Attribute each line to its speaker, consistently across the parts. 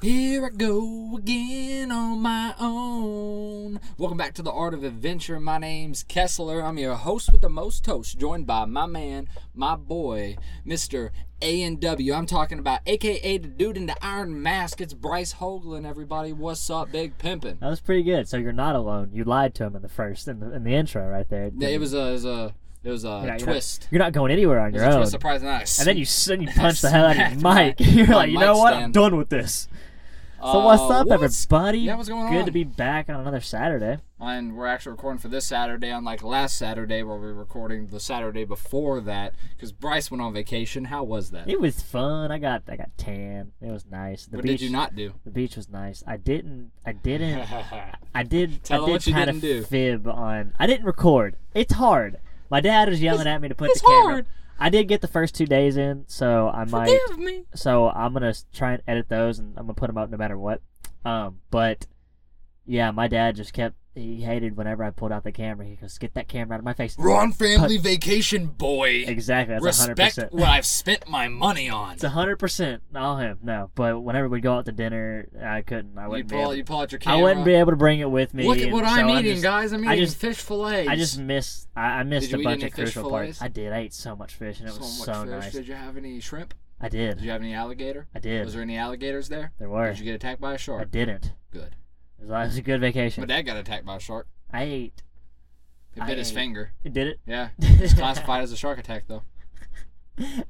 Speaker 1: Here I go again on my own. Welcome back to the Art of Adventure. My name's Kessler. I'm your host with the most toast, joined by my man, my boy, Mr. A and W. I'm talking about AKA the dude in the iron mask. It's Bryce Hoagland, everybody. What's up, big pimpin'?
Speaker 2: That was pretty good. So you're not alone. You lied to him in the first in the in the intro right there.
Speaker 1: It was a, it was a, it was a
Speaker 2: Yeah, you're not-
Speaker 1: twist.
Speaker 2: You're not going anywhere on
Speaker 1: It
Speaker 2: your
Speaker 1: was a
Speaker 2: own.
Speaker 1: twist surprise, and, I
Speaker 2: And then you s- then you punch the hell out of your mic.
Speaker 1: Smacked my-
Speaker 2: You're
Speaker 1: my
Speaker 2: like, you
Speaker 1: mic
Speaker 2: know what? I'm
Speaker 1: stand.
Speaker 2: done with this. So
Speaker 1: Uh,
Speaker 2: what's up,
Speaker 1: what's-
Speaker 2: everybody?
Speaker 1: Yeah, what's going
Speaker 2: Good
Speaker 1: on?
Speaker 2: to be back on another Saturday.
Speaker 1: and we're actually recording for this Saturday, unlike last Saturday where we were recording the Saturday before that because Bryce went on vacation. How was that?
Speaker 2: It was fun. I got I got tan. It was nice. The
Speaker 1: what
Speaker 2: beach
Speaker 1: did you not do?
Speaker 2: the beach was nice. I didn't I didn't I did
Speaker 1: Tell
Speaker 2: I
Speaker 1: 'em
Speaker 2: did
Speaker 1: what you
Speaker 2: kind of
Speaker 1: didn't do.
Speaker 2: fib on I didn't record. It's hard. My dad was yelling at me to put
Speaker 1: it's
Speaker 2: the camera.
Speaker 1: hard.
Speaker 2: I did get the first two days in, so I might
Speaker 1: Forgive me.
Speaker 2: so I'm gonna s- try and edit those, and I'm gonna put them up no matter what. Um, but yeah, my dad just kept he hated whenever I pulled out the camera. He goes, "Get that camera out of my face."
Speaker 1: We're on family vacation, boy.
Speaker 2: Exactly, that's hundred
Speaker 1: Respect
Speaker 2: percent.
Speaker 1: what I've spent my money on.
Speaker 2: It's hundred percent all him. No, but whenever we go out to dinner, I couldn't. I
Speaker 1: You
Speaker 2: wouldn't. Be
Speaker 1: pull,
Speaker 2: able,
Speaker 1: you pull out your
Speaker 2: I
Speaker 1: camera.
Speaker 2: wouldn't be able to bring it with me.
Speaker 1: Look at
Speaker 2: and
Speaker 1: what
Speaker 2: so
Speaker 1: I'm
Speaker 2: I
Speaker 1: eating,
Speaker 2: just-
Speaker 1: guys. I'm eating
Speaker 2: I just-
Speaker 1: fish fillets.
Speaker 2: I just missed. I, I missed
Speaker 1: Did you
Speaker 2: a
Speaker 1: eat
Speaker 2: bunch
Speaker 1: any
Speaker 2: of
Speaker 1: fish
Speaker 2: crucial parts.
Speaker 1: fillets?
Speaker 2: I did. I ate so much fish, and it
Speaker 1: so
Speaker 2: was
Speaker 1: much
Speaker 2: so,
Speaker 1: fish.
Speaker 2: nice.
Speaker 1: Did you have any shrimp?
Speaker 2: I did.
Speaker 1: Did you have any alligator?
Speaker 2: I did.
Speaker 1: Was there any alligators there?
Speaker 2: there were.
Speaker 1: Did you get attacked by a
Speaker 2: I
Speaker 1: shark?
Speaker 2: didn't.
Speaker 1: Good.
Speaker 2: It was, it was a good vacation.
Speaker 1: My dad got attacked by a shark.
Speaker 2: I ate.
Speaker 1: It
Speaker 2: I
Speaker 1: bit his
Speaker 2: ate-
Speaker 1: finger.
Speaker 2: Did it?
Speaker 1: Yeah. It's classified as a shark attack though.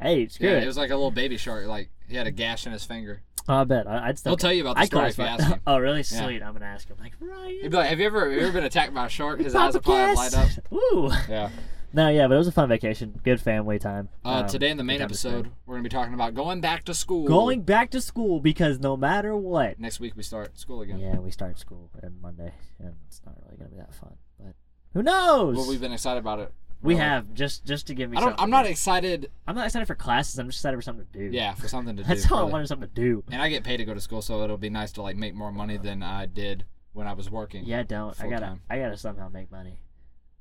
Speaker 2: Hey, it's
Speaker 1: Yeah,
Speaker 2: good.
Speaker 1: it was like a little baby shark. Like he had a gash in his finger.
Speaker 2: oh, I bet. I, I'd still.
Speaker 1: He'll tell you about the
Speaker 2: I
Speaker 1: story if you
Speaker 2: classify-
Speaker 1: ask him.
Speaker 2: Oh, really? Sweet. I'm gonna ask him. Like Ryan.
Speaker 1: He'd be like, "Have you ever, have you ever been attacked by a shark? His eyes
Speaker 2: Papa
Speaker 1: will probably
Speaker 2: Cass?
Speaker 1: light up."
Speaker 2: Ooh.
Speaker 1: Yeah.
Speaker 2: No, yeah, but it was a fun vacation. Good family time.
Speaker 1: Uh,
Speaker 2: Um,
Speaker 1: today in the main
Speaker 2: good time to
Speaker 1: episode,
Speaker 2: spend.
Speaker 1: we're gonna be talking about going back to school.
Speaker 2: Going back to school because no matter what.
Speaker 1: Next week we start school again.
Speaker 2: Yeah, we start school on Monday, and it's not really gonna be that fun. But who knows?
Speaker 1: Well, we've been excited about it.
Speaker 2: we
Speaker 1: We're like-
Speaker 2: have just just to give me.
Speaker 1: I don't.
Speaker 2: something
Speaker 1: I'm
Speaker 2: to
Speaker 1: not
Speaker 2: do.
Speaker 1: excited.
Speaker 2: I'm not excited for classes. I'm just excited for something to do.
Speaker 1: Yeah, for something to do.
Speaker 2: That's all
Speaker 1: really.
Speaker 2: I wanted. Something to do.
Speaker 1: And I get paid to go to school, so it'll be nice to like make more money than I did when I was working.
Speaker 2: Yeah, don't. I
Speaker 1: Full
Speaker 2: gotta.
Speaker 1: time.
Speaker 2: I gotta somehow make money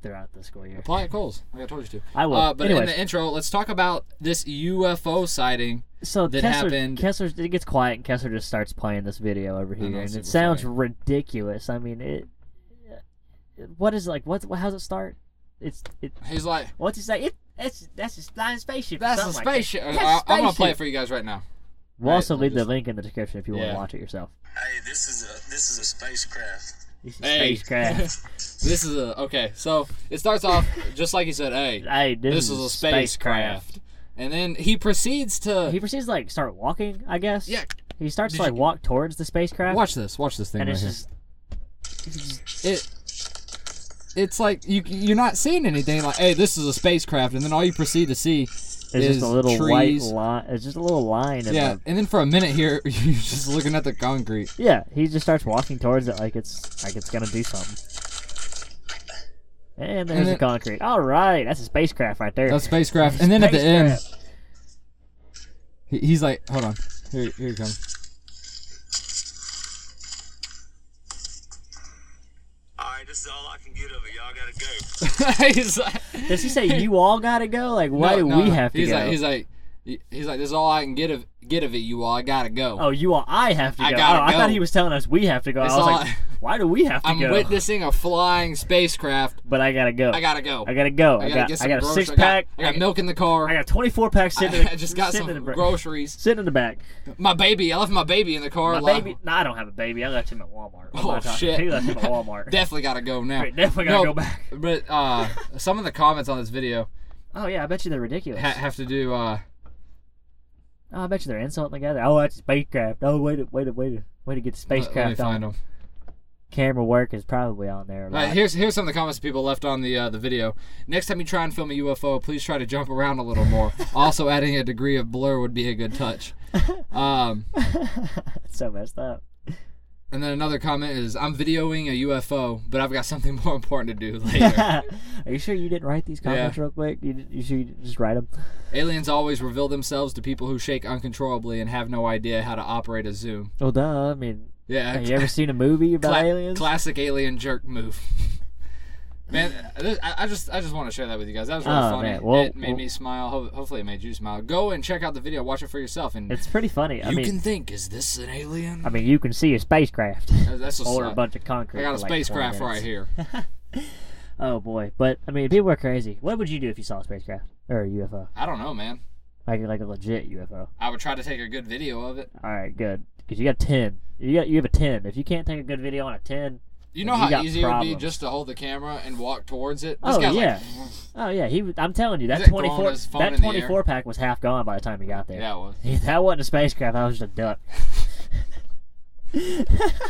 Speaker 2: throughout the school year.
Speaker 1: Apply at Kohl's, like I told you to.
Speaker 2: I will.
Speaker 1: Uh, but
Speaker 2: Anyways.
Speaker 1: in the intro, let's talk about this UFO sighting.
Speaker 2: so
Speaker 1: that
Speaker 2: Kessler,
Speaker 1: happened-
Speaker 2: Kessler, it gets quiet, and Kessler just starts playing this video over
Speaker 1: know,
Speaker 2: here, and
Speaker 1: it's
Speaker 2: it
Speaker 1: super
Speaker 2: sounds
Speaker 1: funny.
Speaker 2: ridiculous. I mean, it. What is like? What? How's it start? It's it.
Speaker 1: He's like,
Speaker 2: What's he say? It. That's that's a flying spaceship. or
Speaker 1: "That's a
Speaker 2: something like that."
Speaker 1: spaceship."
Speaker 2: That's
Speaker 1: I,
Speaker 2: a
Speaker 1: I'm gonna play
Speaker 2: spaceship.
Speaker 1: it for you guys right now.
Speaker 2: We'll also
Speaker 1: Right,
Speaker 2: leave the
Speaker 1: just-
Speaker 2: link in the description if you want
Speaker 1: Yeah.
Speaker 2: to watch it yourself.
Speaker 3: Hey, this is a this is a spacecraft.
Speaker 2: This is
Speaker 1: Hey.
Speaker 2: spacecraft.
Speaker 1: This is a okay. So it starts off just like he said. Hey,
Speaker 2: hey, this,
Speaker 1: this is a spacecraft. And then he proceeds to
Speaker 2: He proceeds to like start walking. I guess.
Speaker 1: yeah.
Speaker 2: He starts
Speaker 1: Did
Speaker 2: to like
Speaker 1: you-
Speaker 2: walk towards the spacecraft,
Speaker 1: Watch this. Watch this thing.
Speaker 2: and
Speaker 1: right
Speaker 2: it's
Speaker 1: here.
Speaker 2: just
Speaker 1: it it's like you you're not seeing anything like hey this is a spacecraft and then all you proceed to see
Speaker 2: it's
Speaker 1: is
Speaker 2: just a little
Speaker 1: trees.
Speaker 2: white line. It's just a little line. In
Speaker 1: yeah
Speaker 2: the,
Speaker 1: and then for a minute here you're just looking at the concrete
Speaker 2: Yeah, he just starts walking towards it like it's like it's gonna do something. And there's the
Speaker 1: then-
Speaker 2: concrete. All right, that's a spacecraft right there.
Speaker 1: that spacecraft and then at the end he, he's like hold on here here he comes
Speaker 3: All right, this is all I can get of it. Y'all gotta go.
Speaker 1: he's like
Speaker 2: Does he say you all gotta go? Like, why
Speaker 1: no,
Speaker 2: do
Speaker 1: no,
Speaker 2: we
Speaker 1: no.
Speaker 2: have to
Speaker 1: he's
Speaker 2: go?
Speaker 1: like he's like he- he's like this is all I can get of get of it you all I gotta go
Speaker 2: oh, you all, I have to go.
Speaker 1: I gotta
Speaker 2: oh, I thought
Speaker 1: go.
Speaker 2: he was telling us we have to go.
Speaker 1: It's
Speaker 2: I was
Speaker 1: all
Speaker 2: like,
Speaker 1: I-
Speaker 2: why do we have to
Speaker 1: I'm
Speaker 2: go?
Speaker 1: witnessing a flying spacecraft
Speaker 2: But I gotta go.
Speaker 1: I gotta go
Speaker 2: I gotta go.
Speaker 1: I
Speaker 2: I
Speaker 1: gotta
Speaker 2: got
Speaker 1: get
Speaker 2: I
Speaker 1: some
Speaker 2: got a
Speaker 1: groceries.
Speaker 2: six pack.
Speaker 1: I got, I got milk in the car
Speaker 2: I got a 24 pack sitting. in
Speaker 1: I
Speaker 2: the-
Speaker 1: just got
Speaker 2: sitting
Speaker 1: some
Speaker 2: in the bra-
Speaker 1: groceries
Speaker 2: Sitting in the back.
Speaker 1: My baby, I left my baby in the car.
Speaker 2: My
Speaker 1: like,
Speaker 2: baby. No, I don't have a baby. I left him at Walmart. What am
Speaker 1: Oh,
Speaker 2: I talking-
Speaker 1: shit.
Speaker 2: He left him at Walmart.
Speaker 1: Definitely gotta go now.
Speaker 2: Great, Definitely gotta
Speaker 1: No,
Speaker 2: go back.
Speaker 1: But uh, some of the comments on this video
Speaker 2: Oh yeah, I bet you they're ridiculous.
Speaker 1: ha- have to do. Uh,
Speaker 2: oh, I bet you they're insulting the guy. that- Oh, that's spacecraft. Oh, wait, to wait, to wait, to wait to get the
Speaker 1: let let me
Speaker 2: spacecraft
Speaker 1: find
Speaker 2: on.
Speaker 1: them.
Speaker 2: Camera work is probably on there. a
Speaker 1: All right,
Speaker 2: lot.
Speaker 1: here's here's some of the comments people left on the uh, the video. Next time you try and film a UFO, please try to jump around a little more. also, adding a degree of blur would be a good touch. Um,
Speaker 2: it's so messed up.
Speaker 1: and then another comment is, "I'm videoing a UFO, but I've got something more important to do later."
Speaker 2: Are you sure you didn't write these comments real quick? You, did- you sure you didn't just write them?
Speaker 1: Aliens always reveal themselves to people who shake uncontrollably and have no idea how to operate a zoom.
Speaker 2: Well, duh. I mean,
Speaker 1: Yeah,
Speaker 2: have you ever seen a movie about
Speaker 1: Cla-
Speaker 2: aliens?
Speaker 1: Classic alien jerk move. Man, this- I, I just I just want to share that with you guys. That was really
Speaker 2: Oh,
Speaker 1: funny.
Speaker 2: man. Well-
Speaker 1: it made
Speaker 2: well-
Speaker 1: me smile. Ho- hopefully, it made you smile. Go and check out the video. Watch it for yourself. And
Speaker 2: It's pretty funny. I
Speaker 1: you
Speaker 2: mean,
Speaker 1: can think, is this an alien?
Speaker 2: I mean, you can see a spacecraft
Speaker 1: That's what's
Speaker 2: or a
Speaker 1: up.
Speaker 2: bunch of concrete.
Speaker 1: I got a
Speaker 2: for like 20
Speaker 1: spacecraft right
Speaker 2: minutes.
Speaker 1: here.
Speaker 2: Oh boy, but I mean, people are crazy. What would you do if you saw a spacecraft or a UFO?
Speaker 1: I don't know, man.
Speaker 2: Like like a legit UFO.
Speaker 1: I would try to take a good video of it.
Speaker 2: All right, good. Because you got ten. You got you have a ten. If you can't take a good video on a ten,
Speaker 1: You know
Speaker 2: You
Speaker 1: how
Speaker 2: got
Speaker 1: easy it would
Speaker 2: problems.
Speaker 1: be just to hold the camera and walk towards it. This
Speaker 2: Oh,
Speaker 1: guy's
Speaker 2: yeah.
Speaker 1: like,
Speaker 2: oh yeah, he. was- I'm telling you, that
Speaker 1: like throwing
Speaker 2: twenty four
Speaker 1: his phone in
Speaker 2: that
Speaker 1: the air.
Speaker 2: twenty four pack was half gone by the time he got there.
Speaker 1: yeah, well,
Speaker 2: that wasn't a spacecraft. That was just a duck.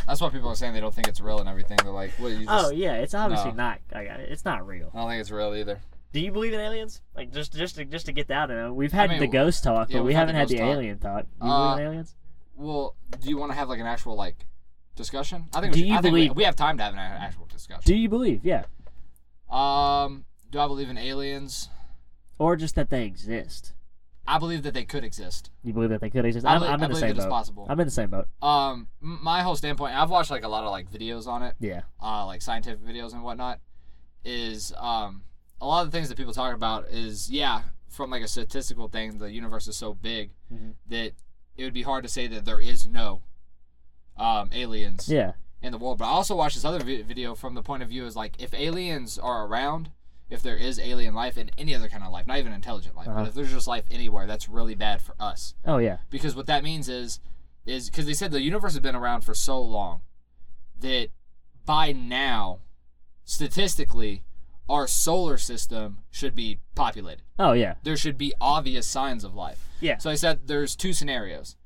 Speaker 1: that's why people are saying they don't think it's real and everything. They're like, what? You just,
Speaker 2: Oh yeah, it's obviously
Speaker 1: No.
Speaker 2: not. Like, uh, it's not real.
Speaker 1: I don't think it's real either.
Speaker 2: Do you believe in aliens? Like just just to, just to get that out. of it, We've had
Speaker 1: mean,
Speaker 2: the ghost talk,
Speaker 1: yeah,
Speaker 2: but we
Speaker 1: we've had the
Speaker 2: haven't had the
Speaker 1: ghost talk.
Speaker 2: alien talk. Do you
Speaker 1: Uh,
Speaker 2: believe in aliens?
Speaker 1: Well, do you want to have like an actual like discussion? I think.
Speaker 2: Do
Speaker 1: we should,
Speaker 2: you
Speaker 1: I think we-
Speaker 2: believe-
Speaker 1: we, have time to have an a- actual discussion?
Speaker 2: Do you believe? Yeah,
Speaker 1: um, do I believe in aliens?
Speaker 2: or just that they exist.
Speaker 1: I believe that they could exist.
Speaker 2: You believe that they could exist?
Speaker 1: I
Speaker 2: I'm,
Speaker 1: believe-
Speaker 2: I'm
Speaker 1: I
Speaker 2: in the
Speaker 1: believe
Speaker 2: same
Speaker 1: it is
Speaker 2: boat.
Speaker 1: possible.
Speaker 2: I'm in the same boat.
Speaker 1: Um, m- my whole standpoint, I've watched like a lot of like videos on it,
Speaker 2: Yeah.
Speaker 1: uh, like scientific videos and whatnot, is um, a lot of the things that people talk about is yeah, from like a statistical thing, the universe is so big
Speaker 2: Mhm.
Speaker 1: that it would be hard to say that there is no um, aliens
Speaker 2: Yeah.
Speaker 1: in the world. But I also watched this other vi- video from the point of view is like if aliens are around, if there is alien life and any other kind of life, not even intelligent life,
Speaker 2: Uh-huh.
Speaker 1: but if there's just life anywhere, that's really bad for us
Speaker 2: Oh yeah.
Speaker 1: because what that means is is because they said the universe has been around for so long that by now statistically our solar system should be populated
Speaker 2: Oh yeah.
Speaker 1: there should be obvious signs of life
Speaker 2: Yeah.
Speaker 1: so i said there's two scenarios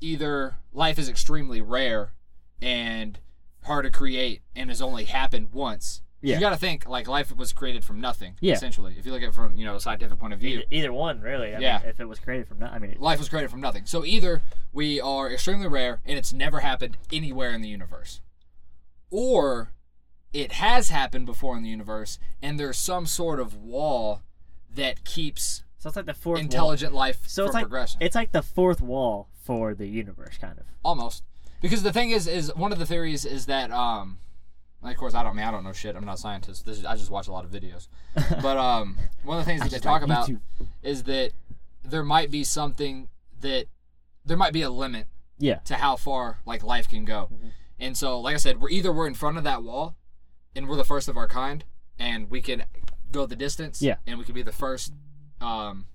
Speaker 1: either life is extremely rare and hard to create and has only happened once
Speaker 2: Yeah.
Speaker 1: you got to think like life was created from nothing
Speaker 2: Yeah.
Speaker 1: essentially if you look at it from you know a scientific point of view
Speaker 2: Either, either one, really. I
Speaker 1: Yeah.
Speaker 2: Mean, if it was created from, no- I mean, it-
Speaker 1: life was created from nothing. So either we are extremely rare and it's never happened anywhere in the universe, or it has happened before in the universe and there's some sort of wall that keeps
Speaker 2: so it's like the fourth
Speaker 1: intelligent life
Speaker 2: Wall. So
Speaker 1: from
Speaker 2: it's like
Speaker 1: progressing.
Speaker 2: it's like the fourth wall for the universe, kind of.
Speaker 1: Almost. Because the thing is, is one of the theories is that, um, like, of course, I don't I mean I don't know shit. I'm not a scientist. This is, I just watch a lot of videos. But um, one of the things that they
Speaker 2: just
Speaker 1: talk
Speaker 2: like
Speaker 1: about
Speaker 2: YouTube.
Speaker 1: is that there might be something that there might be a limit
Speaker 2: Yeah.
Speaker 1: to how far like life can go.
Speaker 2: Mm-hmm.
Speaker 1: And so, like I said, we're either we're in front of that wall, and we're the first of our kind, and we can go the distance.
Speaker 2: Yeah.
Speaker 1: And we could be the first, um,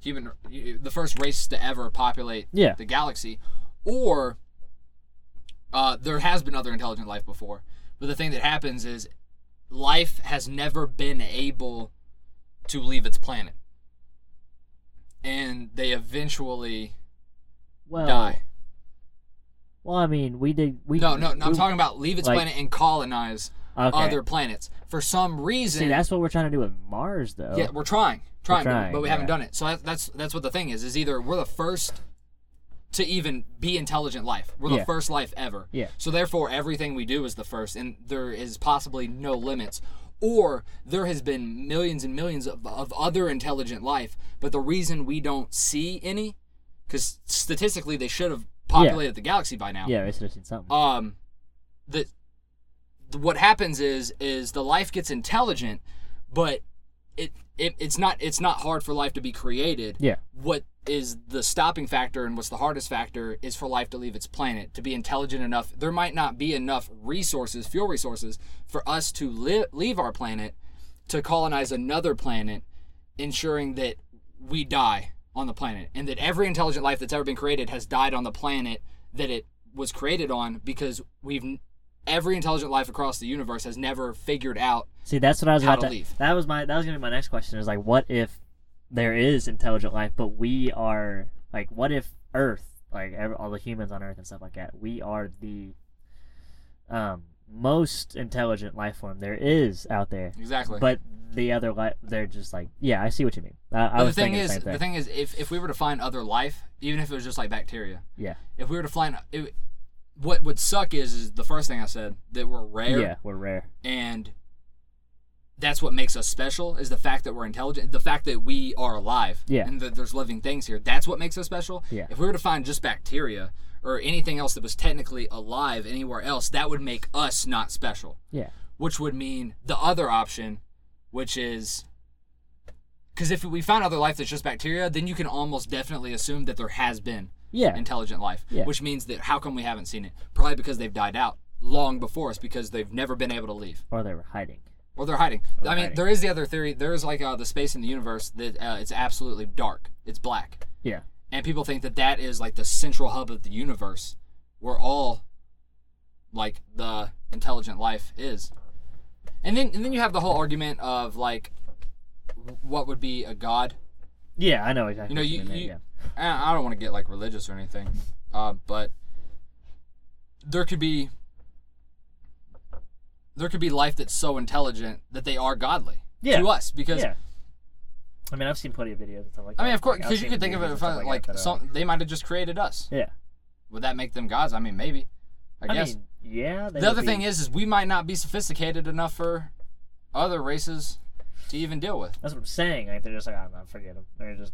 Speaker 1: human, the first race to ever populate
Speaker 2: Yeah.
Speaker 1: the galaxy, or uh, there has been other intelligent life before. But the thing that happens is life has never been able to leave its planet. And they eventually
Speaker 2: Well.
Speaker 1: die.
Speaker 2: Well, I mean, we did. We
Speaker 1: No, no, no I'm
Speaker 2: we-
Speaker 1: talking about leave its
Speaker 2: like-
Speaker 1: planet and colonize
Speaker 2: okay.
Speaker 1: other planets. For some reason,
Speaker 2: See, that's what we're trying to do with Mars, though.
Speaker 1: yeah, we're trying, trying, but-
Speaker 2: trying,
Speaker 1: but we haven't
Speaker 2: yeah.
Speaker 1: done it. So that, that's that's what the thing is: is either we're the first to even be intelligent life. We're the
Speaker 2: Yeah.
Speaker 1: first life ever.
Speaker 2: Yeah.
Speaker 1: So therefore, everything we do is the first, and there is possibly no limits. Or there has been millions and millions of, of other intelligent life, but the reason we don't see any, because statistically they should have populated the galaxy by now.
Speaker 2: Yeah, it's interesting something.
Speaker 1: um the, the what happens is is the life gets intelligent but it, it it's not it's not hard for life to be created
Speaker 2: yeah.
Speaker 1: what is the stopping factor and what's the hardest factor is for life to leave its planet to be intelligent enough there might not be enough resources fuel resources for us to li- leave our planet to colonize another planet ensuring that we die on the planet and that every intelligent life that's ever been created has died on the planet that it was created on because we've n- every intelligent life across the universe has never figured out
Speaker 2: See, that's what I was
Speaker 1: how
Speaker 2: about
Speaker 1: to
Speaker 2: to.
Speaker 1: leave.
Speaker 2: That was my. That was gonna be my next question. Is like, what if there is intelligent life, but we are like, what if Earth, like ev all the humans on Earth and stuff like that, we are the um most intelligent life form there is out there,
Speaker 1: exactly
Speaker 2: but the other life, they're just like, yeah, I see what you mean. I, I
Speaker 1: But
Speaker 2: was
Speaker 1: the thing
Speaker 2: thinking
Speaker 1: is
Speaker 2: the same thing.
Speaker 1: the thing is if, if we were to find other life even if it was just like bacteria
Speaker 2: yeah,
Speaker 1: if we were to fly, in- it, what would suck is is the first thing I said that we're rare,
Speaker 2: yeah, we're rare.
Speaker 1: and that's what makes us special is the fact that we're intelligent, the fact that we are alive,
Speaker 2: Yeah.
Speaker 1: and that there's living things here. That's what makes us special.
Speaker 2: Yeah.
Speaker 1: If we were to find just bacteria or anything else that was technically alive anywhere else, that would make us not special.
Speaker 2: Yeah,
Speaker 1: which would mean the other option, which is because if we find other life that's just bacteria, then you can almost definitely assume that there has been
Speaker 2: Yeah.
Speaker 1: intelligent life,
Speaker 2: Yeah.
Speaker 1: which means that how come we haven't seen it? Probably because they've died out long before us because they've never been able to leave
Speaker 2: Or they were hiding.
Speaker 1: or they're hiding. I mean,
Speaker 2: hiding.
Speaker 1: there is the other theory. There is like uh, the space in the universe that uh, it's absolutely dark, it's black,
Speaker 2: Yeah.
Speaker 1: and people think that that is like the central hub of the universe where all like the intelligent life is and then and then you have the whole argument of like w- what would be a god
Speaker 2: Yeah, I know exactly.
Speaker 1: You know,
Speaker 2: what
Speaker 1: you-
Speaker 2: mean there,
Speaker 1: you-
Speaker 2: yeah.
Speaker 1: and i don't want to get like religious or anything uh, but there could be there could be life that's so intelligent that they are godly
Speaker 2: Yeah.
Speaker 1: to us because
Speaker 2: Yeah. I mean, I've seen plenty of videos and stuff like that.
Speaker 1: i mean of course
Speaker 2: Like, I've
Speaker 1: because you
Speaker 2: seen
Speaker 1: could think of
Speaker 2: videos
Speaker 1: it
Speaker 2: and
Speaker 1: if,
Speaker 2: stuff
Speaker 1: uh,
Speaker 2: that
Speaker 1: like
Speaker 2: that are-
Speaker 1: some they might have just created us
Speaker 2: Yeah.
Speaker 1: would that make them gods i mean maybe i,
Speaker 2: I,
Speaker 1: guess
Speaker 2: mean, yeah. they
Speaker 1: the
Speaker 2: would
Speaker 1: other
Speaker 2: be-
Speaker 1: thing is, is we might not be sophisticated enough for other races to even deal with.
Speaker 2: That's what I'm saying. Like they're just like, I'm not forget them. They're just,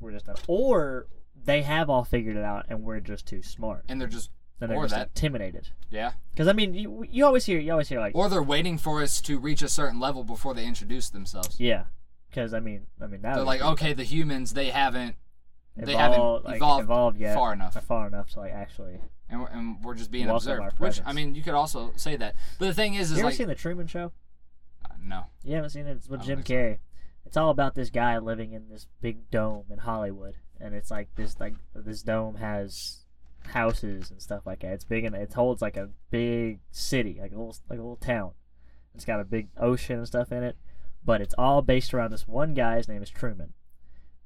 Speaker 2: we're just not. Or they have all figured it out, and we're just too smart.
Speaker 1: And they're just,
Speaker 2: Then they're
Speaker 1: or
Speaker 2: just
Speaker 1: that.
Speaker 2: intimidated.
Speaker 1: yeah.
Speaker 2: Because I mean, you, you always hear, you always hear like,
Speaker 1: Or they're waiting for us to reach a certain level before they introduce themselves.
Speaker 2: yeah. Because I mean, I mean that.
Speaker 1: They're
Speaker 2: would
Speaker 1: like,
Speaker 2: be
Speaker 1: okay, the humans, they haven't, they
Speaker 2: evolved-
Speaker 1: haven't
Speaker 2: like,
Speaker 1: evolved,
Speaker 2: yet,
Speaker 1: far enough.
Speaker 2: or far enough to like actually.
Speaker 1: And we're, and we're just being
Speaker 2: Welcome our
Speaker 1: observed. Which, I
Speaker 2: presence.
Speaker 1: mean, you could also say that. But the thing is,
Speaker 2: You
Speaker 1: is
Speaker 2: ever
Speaker 1: like,
Speaker 2: seen the Truman Show?
Speaker 1: Uh, no.
Speaker 2: You haven't seen it. It's with
Speaker 1: I don't
Speaker 2: Jim
Speaker 1: think so.
Speaker 2: Carrey. It's all about this guy living in this big dome in Hollywood, and it's like this like this dome has houses and stuff like that. It's big and it holds like a big city, like a little like a little town. It's got a big ocean and stuff in it, but it's all based around this one guy. His name is Truman,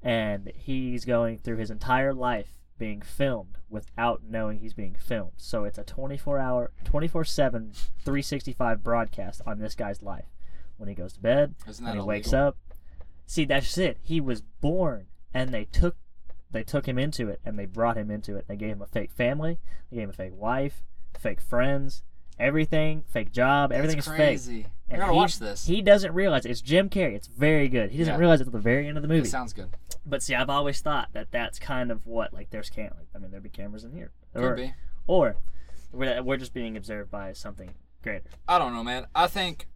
Speaker 2: and he's going through his entire life being filmed without knowing he's being filmed. So it's a 24 hour, 24 7, 365 broadcast on this guy's life. When he goes to bed,
Speaker 1: Isn't
Speaker 2: when
Speaker 1: that
Speaker 2: he
Speaker 1: illegal?
Speaker 2: wakes up. See, that's just it. He was born, and they took they took him into it, and they brought him into it. They gave him a fake family, they gave him a fake wife, fake friends, everything, fake job, everything
Speaker 1: That's
Speaker 2: is fake.
Speaker 1: crazy. I
Speaker 2: And
Speaker 1: gotta
Speaker 2: he-
Speaker 1: watch this.
Speaker 2: He doesn't realize it's Jim Carrey. It's very good. He doesn't
Speaker 1: Yeah.
Speaker 2: realize it until the very end of the movie.
Speaker 1: It sounds good.
Speaker 2: But see, I've always thought that that's kind of what like there's can like I mean there'd be cameras in here,
Speaker 1: Could
Speaker 2: or
Speaker 1: be.
Speaker 2: or we're, we're just being observed by something greater.
Speaker 1: I don't know, man. I think.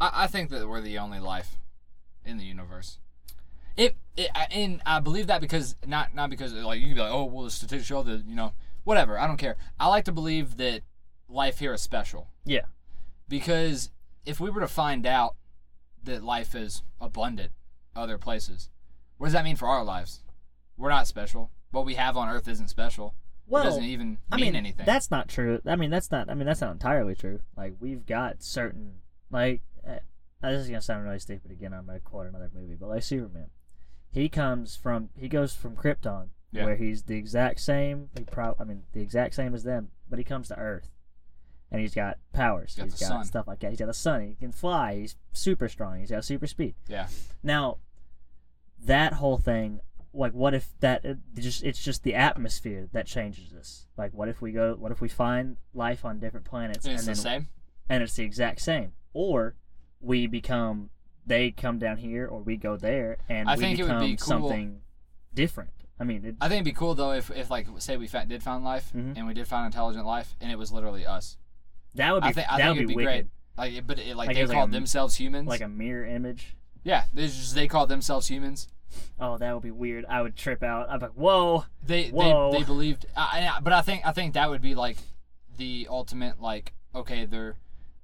Speaker 1: I, I think that we're the only life in the universe. It, it I- and I believe that because not not because like you can be like oh well the statistics show that you know whatever I don't care I like to believe that life here is special
Speaker 2: Yeah,
Speaker 1: because if we were to find out that life is abundant other places what does that mean for our lives we're not special what we have on Earth isn't special
Speaker 2: well,
Speaker 1: it doesn't even mean
Speaker 2: I mean
Speaker 1: anything
Speaker 2: that's not true. I mean that's not I mean that's not entirely true. Like we've got certain like uh, this is gonna sound really stupid again. I'm gonna quote another movie, but like Superman, he comes from he goes from Krypton
Speaker 1: Yeah.
Speaker 2: where he's the exact same. He prob I mean the exact same as them, but he comes to Earth. And he's got powers.
Speaker 1: He's got
Speaker 2: He's
Speaker 1: the
Speaker 2: got
Speaker 1: sun.
Speaker 2: stuff like that. He's got the sun. He can fly. He's super strong. He's got super speed.
Speaker 1: yeah
Speaker 2: Now, that whole thing, like, what if that it just it's just the atmosphere that changes this? Like, what if we go? What if we find life on different planets
Speaker 1: And it's
Speaker 2: then
Speaker 1: the same.
Speaker 2: and it's the exact same, or we become they come down here or we go there and
Speaker 1: I
Speaker 2: we
Speaker 1: think it would
Speaker 2: become
Speaker 1: be cool.
Speaker 2: something different. I mean, it,
Speaker 1: I think it'd be cool though if, if like say we fa- did find life
Speaker 2: Mhm.
Speaker 1: and we did find intelligent life and it was literally us.
Speaker 2: that would be
Speaker 1: I think I
Speaker 2: that
Speaker 1: think
Speaker 2: would
Speaker 1: it'd
Speaker 2: be,
Speaker 1: be great.
Speaker 2: wicked.
Speaker 1: Like, it- but it, like,
Speaker 2: Like,
Speaker 1: they
Speaker 2: it's like
Speaker 1: called
Speaker 2: a-
Speaker 1: themselves humans.
Speaker 2: Like a mirror image.
Speaker 1: yeah, they just they called themselves humans.
Speaker 2: Oh, that would be weird. I would trip out. I'd be like, whoa.
Speaker 1: They
Speaker 2: Whoa.
Speaker 1: they, they believed. I, I- but I think I think that would be like the ultimate like okay there,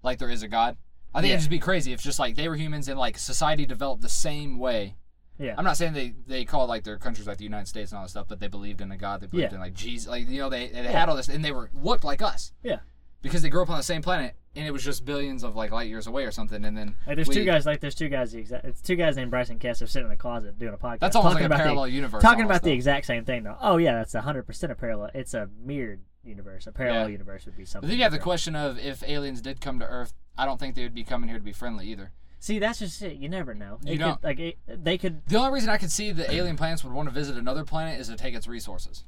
Speaker 1: like there is a god. I think
Speaker 2: Yeah.
Speaker 1: it'd just be crazy if just like they were humans and like society developed the same way.
Speaker 2: Yeah.
Speaker 1: I'm not saying they they called like their countries like the United States and all that stuff, but they believed in a god. They believed
Speaker 2: Yeah.
Speaker 1: in like Jesus, like you know they they had all this and they were looked like us.
Speaker 2: yeah.
Speaker 1: because they grew up on the same planet and it was just billions of like light years away or something and then
Speaker 2: Like there's two
Speaker 1: we-
Speaker 2: guys, like there's two guys, the exact, it's two guys named Bryson Kessler sitting in a closet doing a podcast.
Speaker 1: that's almost like a
Speaker 2: about the-
Speaker 1: parallel universe
Speaker 2: talking
Speaker 1: almost,
Speaker 2: about the
Speaker 1: though.
Speaker 2: exact same thing though. Oh yeah, that's hundred percent a parallel. It's a mirrored universe. A parallel
Speaker 1: Yeah.
Speaker 2: universe would be
Speaker 1: but
Speaker 2: something.
Speaker 1: then you have the
Speaker 2: different.
Speaker 1: question of if aliens did come to earth i don't think they would be coming here to be friendly either
Speaker 2: See, that's just it. You never know.
Speaker 1: You
Speaker 2: It could-
Speaker 1: don't-
Speaker 2: like it, they could,
Speaker 1: the only reason i could see that alien planets would want to visit another planet is to take its resources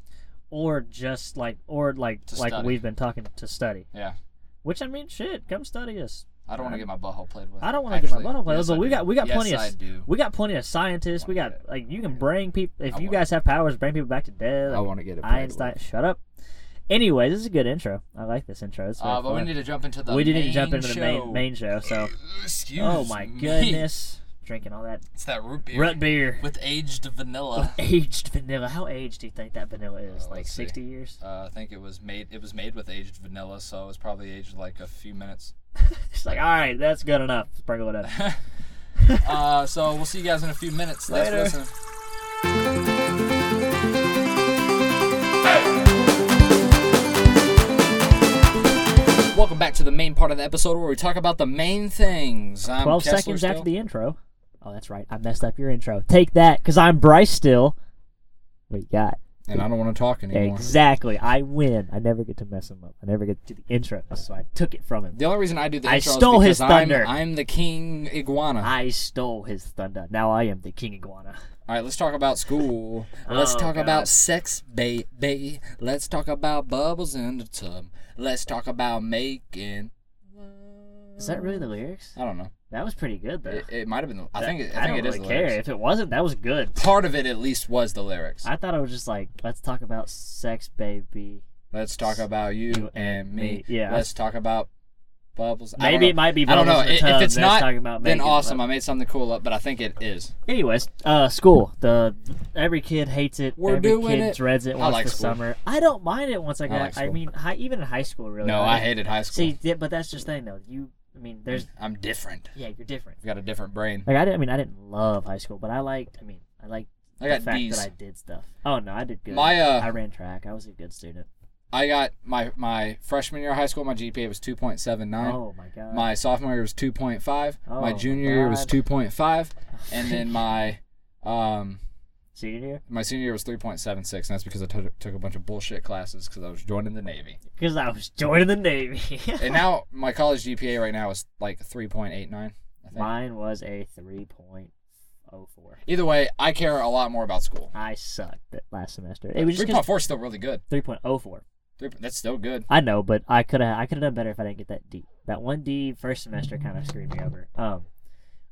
Speaker 2: or just like, or like,
Speaker 1: To
Speaker 2: like
Speaker 1: study.
Speaker 2: we've been talking to study.
Speaker 1: yeah
Speaker 2: Which I mean, shit, come study us.
Speaker 1: i don't want to get my butthole played with
Speaker 2: I don't want to get my
Speaker 1: actually.
Speaker 2: butthole played,
Speaker 1: Yes,
Speaker 2: but
Speaker 1: I
Speaker 2: we
Speaker 1: do.
Speaker 2: got we got
Speaker 1: Yes,
Speaker 2: plenty of
Speaker 1: I do.
Speaker 2: we got plenty of scientists. We got like you can bring people. If
Speaker 1: I
Speaker 2: you
Speaker 1: wanna-
Speaker 2: guys have powers, bring people back to death.
Speaker 1: I
Speaker 2: like
Speaker 1: wanna get it played
Speaker 2: Einstein, shut up. Anyway, this is a good intro. I like this intro. It's
Speaker 1: Uh,
Speaker 2: very
Speaker 1: but we
Speaker 2: fun.
Speaker 1: need to jump into the
Speaker 2: we didn't
Speaker 1: main
Speaker 2: even jump into the
Speaker 1: show.
Speaker 2: main main show. So,
Speaker 1: Excuse
Speaker 2: oh my
Speaker 1: me.
Speaker 2: goodness, drinking all that
Speaker 1: It's that root beer
Speaker 2: root beer,
Speaker 1: with aged vanilla.
Speaker 2: aged vanilla. How aged do you think that vanilla is?
Speaker 1: Uh,
Speaker 2: like
Speaker 1: let's see.
Speaker 2: sixty years?
Speaker 1: Uh, I think it was made. It was made with aged vanilla, so it was probably aged like a few minutes.
Speaker 2: It's like all right, that's good enough. Sprinkle it up.
Speaker 1: Uh, so we'll see you guys in a few minutes. Thanks for
Speaker 2: Later.
Speaker 1: listening. Welcome back to the main part of the episode where we talk about the main things. I'm
Speaker 2: Twelve
Speaker 1: Kessler
Speaker 2: seconds
Speaker 1: still.
Speaker 2: after the intro. Oh, that's right. I messed up your intro. Take that, because I'm Bryce still. What you got?
Speaker 1: and I don't want to talk anymore.
Speaker 2: Exactly. I win. I never get to mess him up. I never get to do the intro, so I took it from him.
Speaker 1: The only reason I do the
Speaker 2: I
Speaker 1: intro
Speaker 2: stole
Speaker 1: is
Speaker 2: his
Speaker 1: because I'm-
Speaker 2: thunder.
Speaker 1: I'm, the king iguana.
Speaker 2: I stole his thunder. Now I am the king iguana.
Speaker 1: All right, let's talk about school. Let's
Speaker 2: Oh,
Speaker 1: talk
Speaker 2: God.
Speaker 1: about sex, baby. Let's talk about bubbles in the tub. Let's talk about making.
Speaker 2: Is that really the lyrics?
Speaker 1: I don't know.
Speaker 2: That was pretty good though.
Speaker 1: It, it might have been. The, I think. It,
Speaker 2: I
Speaker 1: I think
Speaker 2: don't
Speaker 1: it is
Speaker 2: really
Speaker 1: the
Speaker 2: care
Speaker 1: lyrics.
Speaker 2: if it wasn't. That was good.
Speaker 1: Part of it, at least, was the lyrics.
Speaker 2: I thought it was just like, let's talk about sex, baby.
Speaker 1: Let's talk about you,
Speaker 2: You
Speaker 1: and
Speaker 2: and
Speaker 1: me.
Speaker 2: me, yeah.
Speaker 1: Let's talk about bubbles. I don't
Speaker 2: Maybe
Speaker 1: know.
Speaker 2: it might be.
Speaker 1: I don't know.
Speaker 2: Bubbles in the
Speaker 1: If
Speaker 2: Tub,
Speaker 1: if it's
Speaker 2: that's
Speaker 1: not,
Speaker 2: talking about
Speaker 1: then
Speaker 2: making
Speaker 1: awesome.
Speaker 2: love.
Speaker 1: I made something cool up, but I think it is.
Speaker 2: Anyways, uh, school. The every kid hates it.
Speaker 1: We're
Speaker 2: every
Speaker 1: doing
Speaker 2: kid
Speaker 1: it.
Speaker 2: dreads it
Speaker 1: I
Speaker 2: once
Speaker 1: like
Speaker 2: the
Speaker 1: school.
Speaker 2: summer. I don't mind it once I got. I,
Speaker 1: like school.
Speaker 2: mean, high, even in high school, really.
Speaker 1: No, I
Speaker 2: didn't-
Speaker 1: hated high school.
Speaker 2: See, yeah, but that's just the thing though. You, I mean, there's
Speaker 1: I'm different.
Speaker 2: yeah, you're different.
Speaker 1: I've got a different brain.
Speaker 2: Like I didn't. I mean, I didn't love high school, but I liked. I mean, I liked
Speaker 1: I got
Speaker 2: the fact
Speaker 1: D's.
Speaker 2: that I did stuff. Oh no, I did good.
Speaker 1: My, uh,
Speaker 2: I ran track. I was a good student.
Speaker 1: I got my my freshman year of high school. My GPA was two point seven nine.
Speaker 2: Oh my god.
Speaker 1: My sophomore year was 2.5. my
Speaker 2: Oh,
Speaker 1: junior year was
Speaker 2: God.
Speaker 1: 2.5, and then my um
Speaker 2: senior year,
Speaker 1: my senior year was 3.76, and that's because I took took a bunch of bullshit classes because I was joining the Navy.
Speaker 2: because I was joining the navy.
Speaker 1: And now my college GPA right now is like 3.89. I think.
Speaker 2: Mine was a three point oh four.
Speaker 1: Either way, I care a lot more about school.
Speaker 2: I sucked that last semester. It was just 'cause-
Speaker 1: 3.4 is still really good.
Speaker 2: 3.04.
Speaker 1: Three, that's still good.
Speaker 2: I know, but I could have I could have done better if I didn't get that D. That one D first semester kind of screwed me over. Um,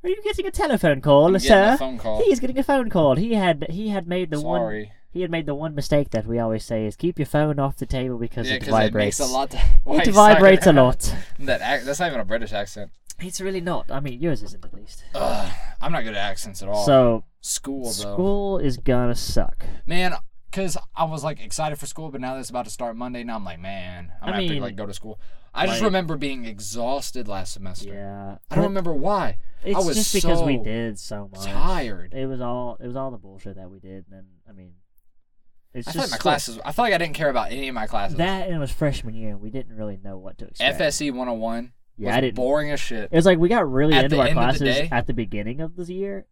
Speaker 2: are you getting a telephone call,
Speaker 1: I'm getting
Speaker 2: sir?
Speaker 1: a phone call.
Speaker 2: He's getting a phone call. He had he had made the one
Speaker 1: Sorry.
Speaker 2: he had made the one mistake that we always say is keep your phone off the table because
Speaker 1: Yeah,
Speaker 2: it
Speaker 1: 'cause it
Speaker 2: vibrates.
Speaker 1: makes a lot. Why
Speaker 2: It
Speaker 1: you suck
Speaker 2: vibrates a
Speaker 1: at-
Speaker 2: lot.
Speaker 1: That ac- that's not even a British accent.
Speaker 2: It's really not. I mean, yours isn't at least.
Speaker 1: Ugh, I'm not good at accents at all.
Speaker 2: So
Speaker 1: school though.
Speaker 2: school is gonna suck.
Speaker 1: man because i was like excited for school but now that it's about to start monday now i'm like man i'm
Speaker 2: I
Speaker 1: gonna have
Speaker 2: mean,
Speaker 1: to like go to school i just
Speaker 2: like-
Speaker 1: remember being exhausted last semester
Speaker 2: Yeah,
Speaker 1: i don't
Speaker 2: But
Speaker 1: remember why
Speaker 2: It's
Speaker 1: i was
Speaker 2: just because we
Speaker 1: so
Speaker 2: did so much.
Speaker 1: tired
Speaker 2: It was all it was all the bullshit that we did. And I mean, it's
Speaker 1: i
Speaker 2: just
Speaker 1: felt like my classes i felt like i didn't care about any of my classes
Speaker 2: That and it was freshman year, and we didn't really know what to expect.
Speaker 1: fse 101
Speaker 2: Yeah,
Speaker 1: was
Speaker 2: I didn't-
Speaker 1: boring as shit
Speaker 2: It was like we got really
Speaker 1: At
Speaker 2: into
Speaker 1: the
Speaker 2: our
Speaker 1: end of the
Speaker 2: classes
Speaker 1: day-
Speaker 2: at the beginning of the year,